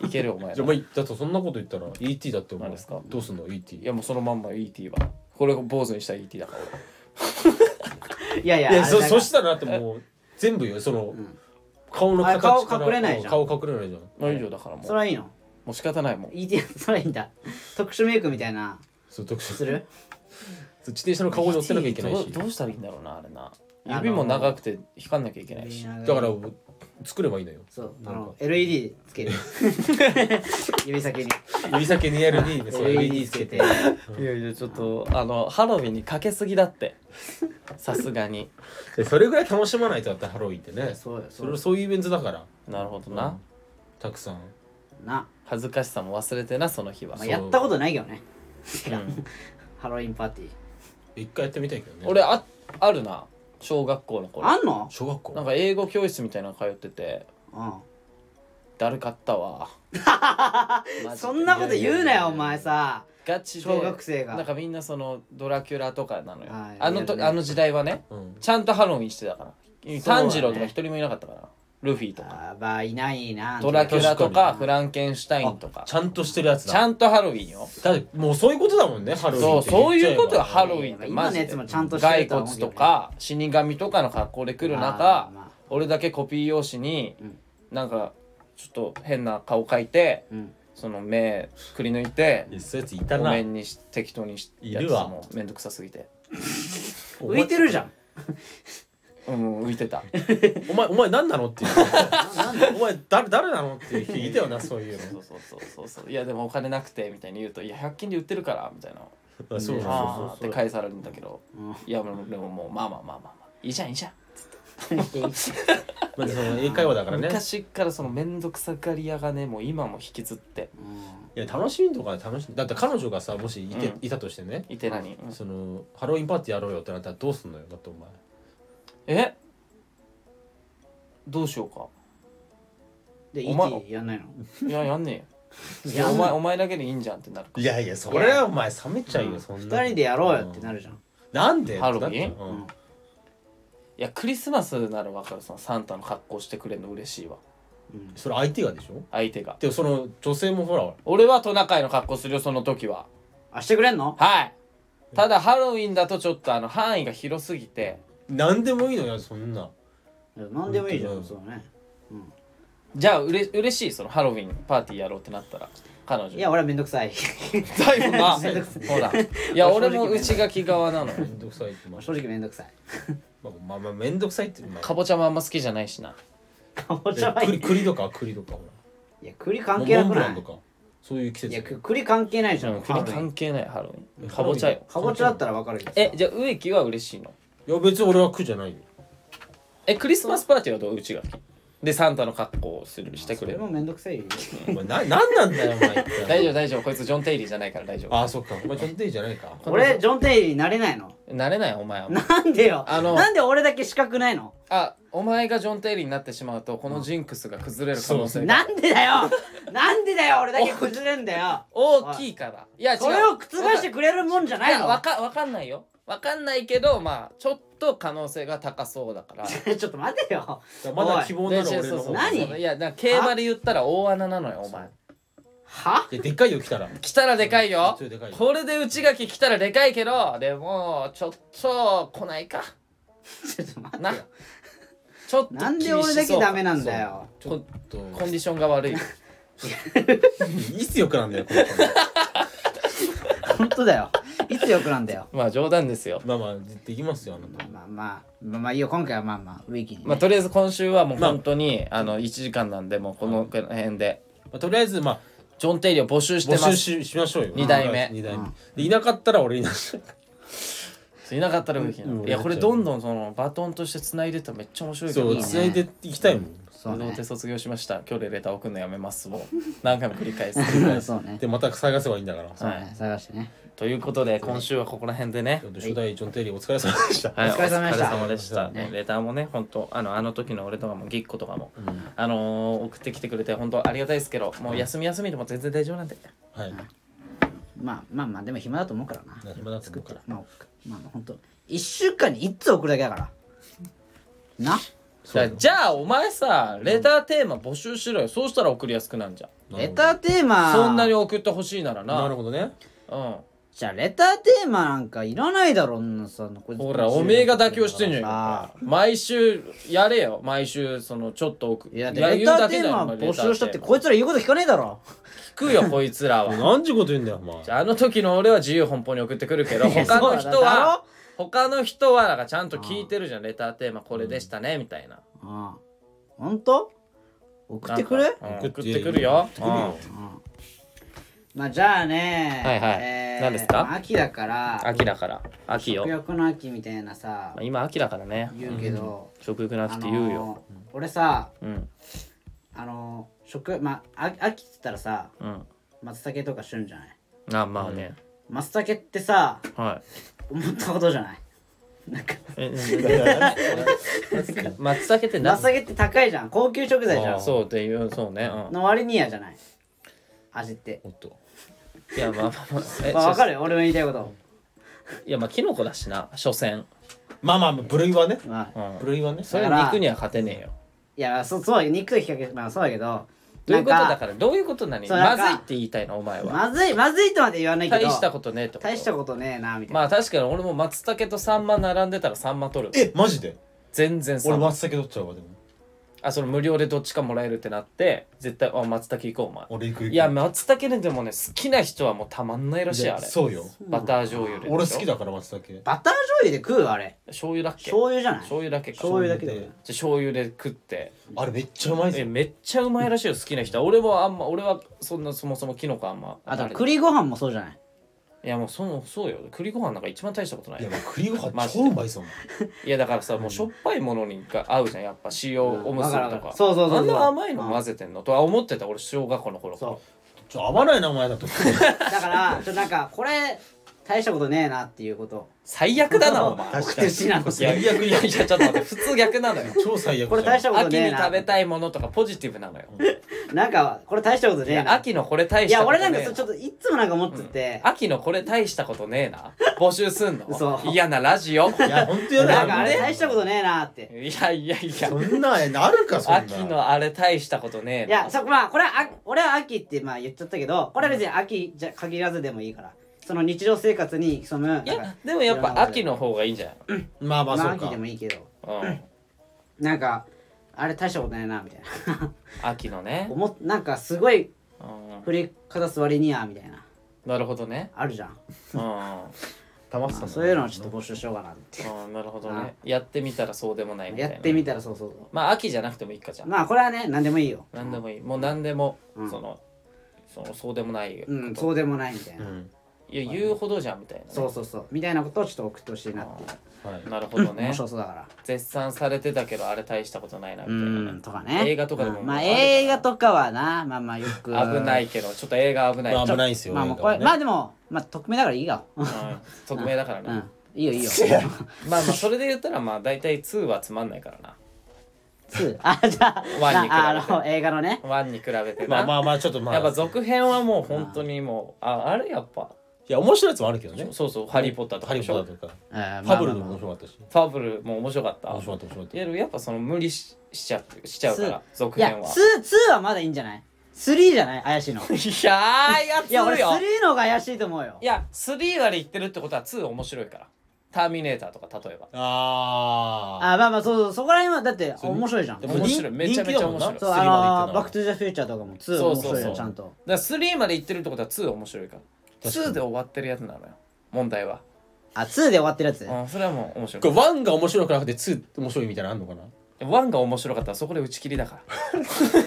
いけるよお前ら
じゃあお前だとそんなこと言ったら ET だってお前
何ですか
どうすんの ET
いやもうそのまんま ET はこれを坊主にした ET だから俺
いやいや
いや
あれ
そ
だから
そしたらだってもう全部よその顔の形
あ
か
顔
ら
隠れないじゃん
顔隠れないじゃん
まあ以上だからもう
それはいいの
もう仕方ないもん
ET それはいいんだ特殊メイクみたいな
そう特殊
する
自転車の顔に乗ってなきゃいけないし
ET どうどうしたらいいんだろうなあれな
あの
指も長くて光んなきゃいけないし
だから作ればいいのよ
そうあ
なんか
の LED つける
(laughs)
指先に
指先に LED
(laughs)
でそう
LED
LED
つ
つ
け
け
て
て
いやいやちょっとあのハロウィンにかけすぎだってさすが (laughs) に
でそれぐらい楽しまないとだってハロウィンってね
そうよ
そ
そう
れ
よ
そういうイベントだから
なるほどな
たくさん
な、
恥ずかしさも忘れてなその日は
まあ、
う
やったことないけどね
うん
ハロウィンパーティー
一回やってみたいけどね
俺ああるな小学校の頃
あんの
小学校
なんか英語教室みたいなの通ってて
う
だるかった (laughs) わマジで
んそんなこと言うなよお前さ
ガチで
小学生が
なんかみんなそのドラキュラとかなのよ
はい
あのと
リアルね
あの時代はね
うん
ちゃんとハロウィンしてたから
だね
炭治郎とか一人もいなかったからルフィとか
あーまあいないな
ドラキュラと
確か
かフランケンシュタインとか
あちゃんとしてるやつだ
ちゃんとハロウィンよ
だってもうそういうことだもんねハロウィン
そう
って
そういうことが
言っちゃ
ハ
えば
ロウィンって
今
マ
の
ジ
や
で
つもちゃんとして
骸
るとは思う
骨
けど
と
ね
か死神とかの格好で来る
まあ
中
まあ
俺だけコピー用紙に
うん
なんかちょっと変な顔描いて
うん
その目くり抜いて
いやそういうやついた
ご
な
めんにし適当にし
いるわ
やつもうめんどくさすぎて
浮
お前
いてるじゃん
うんもう浮いてた
お前お前何なのっていうお前誰誰なのっていう人いたよなそういう
そうそうそうそうそういやでもお金なくてみたいに言うと「いや100均で売ってるから」みたいな「
のあそう
ああ」
そ
っ
うそ
て
う
返されるんだけど
うん
「いやもうでももうまあまあまあまあまあいいじゃんいいじゃん」
(laughs) まあその英会話だからね
昔からその面倒くさがり屋がねもう今も引きずって
うん
いや楽しいとか楽しいだって彼女がさもしいて、
うん
いたとしてね
いて何、
そのハロウィンパーティーやろうよってなったらどうすんのよだってお前
えどうしようか
で
お前
ET やんないの
いややんねえよい
や
や
んな
お
い
前お前だけでいいんじゃんってなるか
いやいやそれはお前冷めちゃうよ、そんな
二人でやろうよってなるじゃん
なんで
ハロウィン
だってうん
うん
いやクリスマスならわかるそのサンタの格好してくれるの嬉しいわ
うん
それ相手がでしょ
相手が
でもその女性もほら
俺はトナカイの格好するよその時は
あしてくれんの
はいただハロウィンだとちょっとあの範囲が広すぎて
何でもいいのよそんな
何でもいいじゃ
うんん
そうね
じゃあうれ嬉しいそのハロウィンパーティーやろうってなったら彼女
いや俺はめんどくさい (laughs)
だよな
めんどく
ほらいや俺も内垣側なの
めんどくさいってまあ
正直めんどくさい
まあまあまあめんどくさいってまあ
かぼちゃもあんま好きじゃないしな
かぼちゃはい
栗
い
栗とか栗とかほら
や栗関係な
モン
く
ブ
な
ランと
い
かそういう季
いや
節
栗関係ないじゃんハロウ
栗
ィン
関係ないハロウィン
ハ
か
ロウィ
ぼ
ン
ちゃよ
かぼちゃだったらわかるけどさ
えじゃあ植木は嬉しいの
いや別に俺は苦じゃないよ
えクリスマスパーティーはどう内垣でサンタの格好をするしてく
そ
れ
れ
る
もめんどくさいよ
お前な何なんだよお前一体
大丈夫大丈夫こいつジョン・テイリーじゃないから大丈夫
ああそっかお前ちょっとでいいじゃないか
俺ジョン・テイリーになれないの
なれないお前は
なんでよ
あの
なんで俺だけ資格ないの
あお前がジョン・テイリーになってしまうとこのジンクスが崩れる可能性が
なんでだよなんでだよ俺だけ崩れんだよ
大きいからいや違う
これを覆してくれるもんじゃないの
わかわかんないよわかんないけどまあちょっと可能性が高そうだか
(laughs)
ら
ちょっと待てよ
まだ希望なら
で
俺
そう
の
そう
方
何
いやだから競馬で言ったら大穴なのよお前
はい
やでっかいよ来たら
来たらでかいよ
ちょっとでかいよ
これで内垣来たらでかいけどでもちょっと来ないか
ちょっと待
なちょっと
なん
厳し
で
そう
俺だけダメなんだよ
ちょっと
コンディションが悪い
いつよくなんだよこの子
本当だよいつよくなんだよ
まあ冗談ですよ
まあまあできますよあなた
まあまあまあまあいいよ今回はまあまあウィキにね、
まあとりあえず今週はもう本当に、あ、の1時間なんでもうこの辺で
まあとりあえずまあ
ジョン・テイリーを募集して
募
ます
集ししましょうよ
二代目
二代目でいなかったら俺いなし
いなかったらウキ
うん
いやこれどんどんそのバトンとして繋いでったらめっちゃ面白いけ
そ
ど
う
な
繋いでいきたいもん
そう
童
ね
貞卒業しました今日でレター送るのやめますもう何回も繰り返す
そうね
でまた探せばいいんだから
そうね探してね
ということで今週はここら辺でね
ちょっと初代ジョン・テリーお疲れ様でした
はい、
お疲れ様でした
お疲れ様でした
ね
もうレターもね、本当あのあの時の俺とかもぎっことかも、あのー送ってきてくれて本当ありがたいですけど、もう休み休みでも全然大丈夫なんで。
はい
まあまあまあでも暇だと思うからな
暇だと思うから
まあまあ本当一週間に一通送るだけだからな
じゃあじゃあお前さ、レターテーマ募集しろよ。そうしたら送りやすくなるじゃん。
レターテーマ
そんなに送ってほしいならな。
なるほどね
うん。
じゃあレターテーマなんかいらないだろんなさこれ
ほら、おめえが妥協してんじゃ
あ
ん。毎週やれよ。毎週、その、ちょっと送
いや
いや
レターテー
よ
マ
お前
募集したって
レターテーマ
こいつら言うこと聞かねえだろ
聞くよ、こいつらは。
何時こと言うんだよお前
じゃああの時の俺は自由奔放に送ってくるけど
いや
他の人
そうだだ
は他の人はなんかちゃんと聞いてるじゃんレターテーマこれでしたねみたいな
ああ本当送ってくれ
なんかうん送ってくるよ
送ってくるよ
うん
まあじゃあね
はいはい
えー
何ですか
まあ秋だから
秋だから秋よ
食欲の秋みたいなさ
まあ今秋だからね
言うけど、
食欲なく
あ
て
のー
言うよ
俺さ
うん
あのー食まああ秋っつったらさ
うん
松茸とか旬じゃない
あまあね
松茸ってさ
はい
思ったことじゃないなんか
ええ松茸って何
松茸って高いじゃん高級食材じゃん
そうっていうそうねうん
の割にやじゃない味って
おっと
いやまあまあまあえ
まあわかるよ俺の言いたいこと
いやまあキノコだしな所詮
まあまあ部類はね
まあ
うん
部類はね
それは肉には勝てねえよ
いやそうそう肉と比較まあそうだけど
どういうこと
なん
だからどういうことなに
そうな
ま
ん
ず
か
いって言いたいのお前は
まずいまずいとまで言わないけど
大したことねえってこと
大したことねえなみたいな、
まあ確かに俺も松茸とサンマ並んでたらサンマ取る
えマジで
全然サ
俺
ンマ
松茸取っちゃうわでも
あその無料でどっちかもらえるってなって絶対あ松茸行こうお前
俺行く行く
いや松茸ねでもね好きな人はもうたまんないらしい
で
あれ
そうよ
バター醤油でしょ
俺好きだから松茸
バター醤油で食うあれ
醤油だっけ
醤油じゃない
醤油だけか
醤油だけだよね
じゃあ醤油で食って
あれめっちゃうまい
え
ぜ
めっちゃうまいらしいよ好きな人は俺もあんま俺はそんなそもそもキノコあんま
あと
れ
栗ご飯もそうじゃない
いやもうそのそうよ栗ご飯なんか一番大したことない
い
よ
やまあ栗ご
マ
飯
ジで
超うまいぞ
いやだからさもうしょっぱいものにが合うじゃんやっぱ塩おむすび
うんわかるわ
と
か
か
るそうそうそうそう
あんな甘いの混ぜてんのとは思ってた俺小学校の頃
そ
ちょ合わないなお前だと (laughs)
うだからちょっとなんかこれ大したことねえなっていうこと
最
(laughs)
悪だなお前
確かに
口なの
いや
最
いや
悪
い
や
やいやちょっと待って普通逆なのよ
超最悪
これ大し
丈
たこと
秋
ねえ
に
な
食べたいものとかポジティブなのよ
なんかこれ大したこと
い
ねえ
や
な
秋のこれ大
い
した
や
ことね
俺
え
なんかそうちょっといつもなんか思ってて、
秋のこれ大したことねえな募集すんの
嘘
嫌なラジオい
いや本当やだ
な
よ
んかあれ
もう
大したことねえなって
やいやいや
そんなえなるかそんな
秋のあれ大したことねえ
い
な
やそこまあこれはあ俺は秋ってまあ言っちゃったけどこれは別に秋じゃ限らずでもいいからその日常生活に潜む
い
なんか
やでもやっぱ秋の方がいいんじゃない
まあま
ま
あ
あ
そう
秋
か
でもいいけど
うん、
なんかあれ大したことないなみたいな
秋のね、
思っなんかすごい
うん、
振りかざす割にはみたいな
なるほどね、
あるじゃん
うん、
騙す
あ
の
そういうのをちょっと募集しようかなって
うんなるほどねやってみたらそうでもないみたい
や
な
ってみたらそうそうそ
まあ秋じゃなくてもいいかじゃ
うんまあこれはね何でもいいよ
何でもいいもう何でも、
うん
そのそのそうでもないこと、
うんそうでもないみたいうな、
ん
いや言うほどじゃんみたいなね、
そうそうそうみたいなことをちょっと送ってほしいなっていう
はい
なるほどね
面白そうだから
絶賛されてたけどあれ大したことないな
う
みたいなね、
んとかね
映画とかでも
うんまあ
あるから
映画とかはなまあまあよく
危ないけどちょっと映画危ない、
まあ危ないですよ
まあもう
映画
こ
は
れ
ね
まあでもまあ匿名だからいいよう
うん匿名だからね、
んいいよいいよ
まあまあそれで言ったらまあ大体2はつまんないからな
(laughs) ツーあじゃあ
ワンに比べて
ああの映画のね
1に比べてな、
まあまあまあちょっとまあ
やっぱ続編はもう本当にもうああれやっぱ
いや面白いやつもあるけどね
そうそう「ハリー・ポッター」と
ハ
かで
リー・
し
ポ
ょ
ッターとか
えー
ファブル
まあ
も
まあ
面白かったし
ファブルも面白かった
面白かった面
い
白
やで
かっ
もやっぱその無理ししちゃうしちゃうから
まあ
続
い
編
や
は
ツーツーはまだいいんじゃないスリーじゃない怪しいのい
いやーやつ
や俺
る
スリー
よ
の方が怪しいと思うよ
いや3割いってるってことは2面白いから「ターミネーター」とか例えば
たあ
あまあまあそうそうそこら辺はだって
そう
面白いじゃん
で
そ
も
面白い
人
めちゃめちゃ面白い
人気
そ
う
だもん
あ
な
のー「バック・
3
トゥ・ザ・フューチャー」とかもツー
そう
面
そうそう
白いよちゃんと
だから3までいってるってことは2面白いから
確かに
2で終わってるやつなのよ問題は、
あツーで終わってるやつ
うん、それはもう面白い
これワンが面白くなくてツー面白いみたいなのあんのかな
1が面白かったらそこで打ち切りだから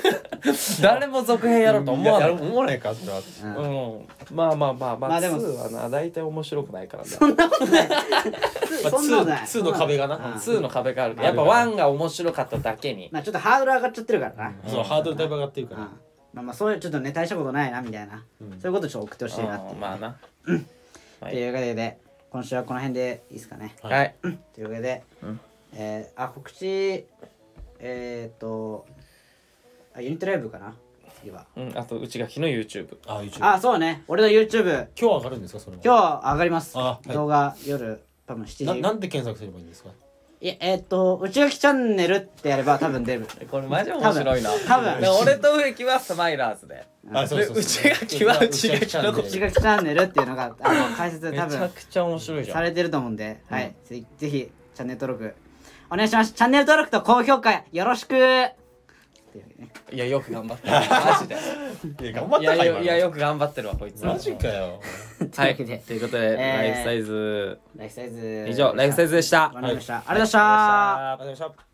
(laughs) 誰も続編やろうと思わない
やや思わないかそれは
うん、まあまあまあまあ、
まあでも
2はな大体面白くないからね
ツー
まあ
そんなことない
ツーツーの壁がな
そんことい
2の壁があるからやっぱ1が面白かっただけに
まあちょっとハードル上がっちゃってるからな、
そうハードルだいぶ上がってるか
うん
ら
まあまあそういうちょっとね大したことないなみたいな、そういうことちょっと送ってほしいなっていう
う、んまあなあ
というわけで今週はこの辺でいいですかね
はい、
というわけで、えーあ告知えー、っとあユニットライブかな次は
うん、あと内垣の YouTube
あ YouTube 今
あそうね俺の YouTube
日上がるんですかそれは
今日上がります、
あはい
動画夜多分7
な
時
なんで検索すればいいんですか
いやえー、っと内垣チャンネルってやれば多分出る
これマジ面白いな
多分
で俺と植木はスマイラーズで
あそうそうそう
内垣は内垣の
内垣チャンネルっていうのがあの解説で
め
多
ちゃ
分
くちゃ面白いじゃ
さ
ん
れてると思うんで、はいぜぜひチャンネル登録お願いしますチャンネル登録と高評価よろしくっていうね
いやよく頑
(laughs)
張ってるマジで
いや頑張っ
い
た
や
か
よいや
今
よく頑張ってるわこいつ
マジかよ
はい
というわけで
ということで、ライフサイズ
ライフサイズ
以上ライフサイズでした
わかりましたありがとうございました
ありがとうございました
ありがとうございました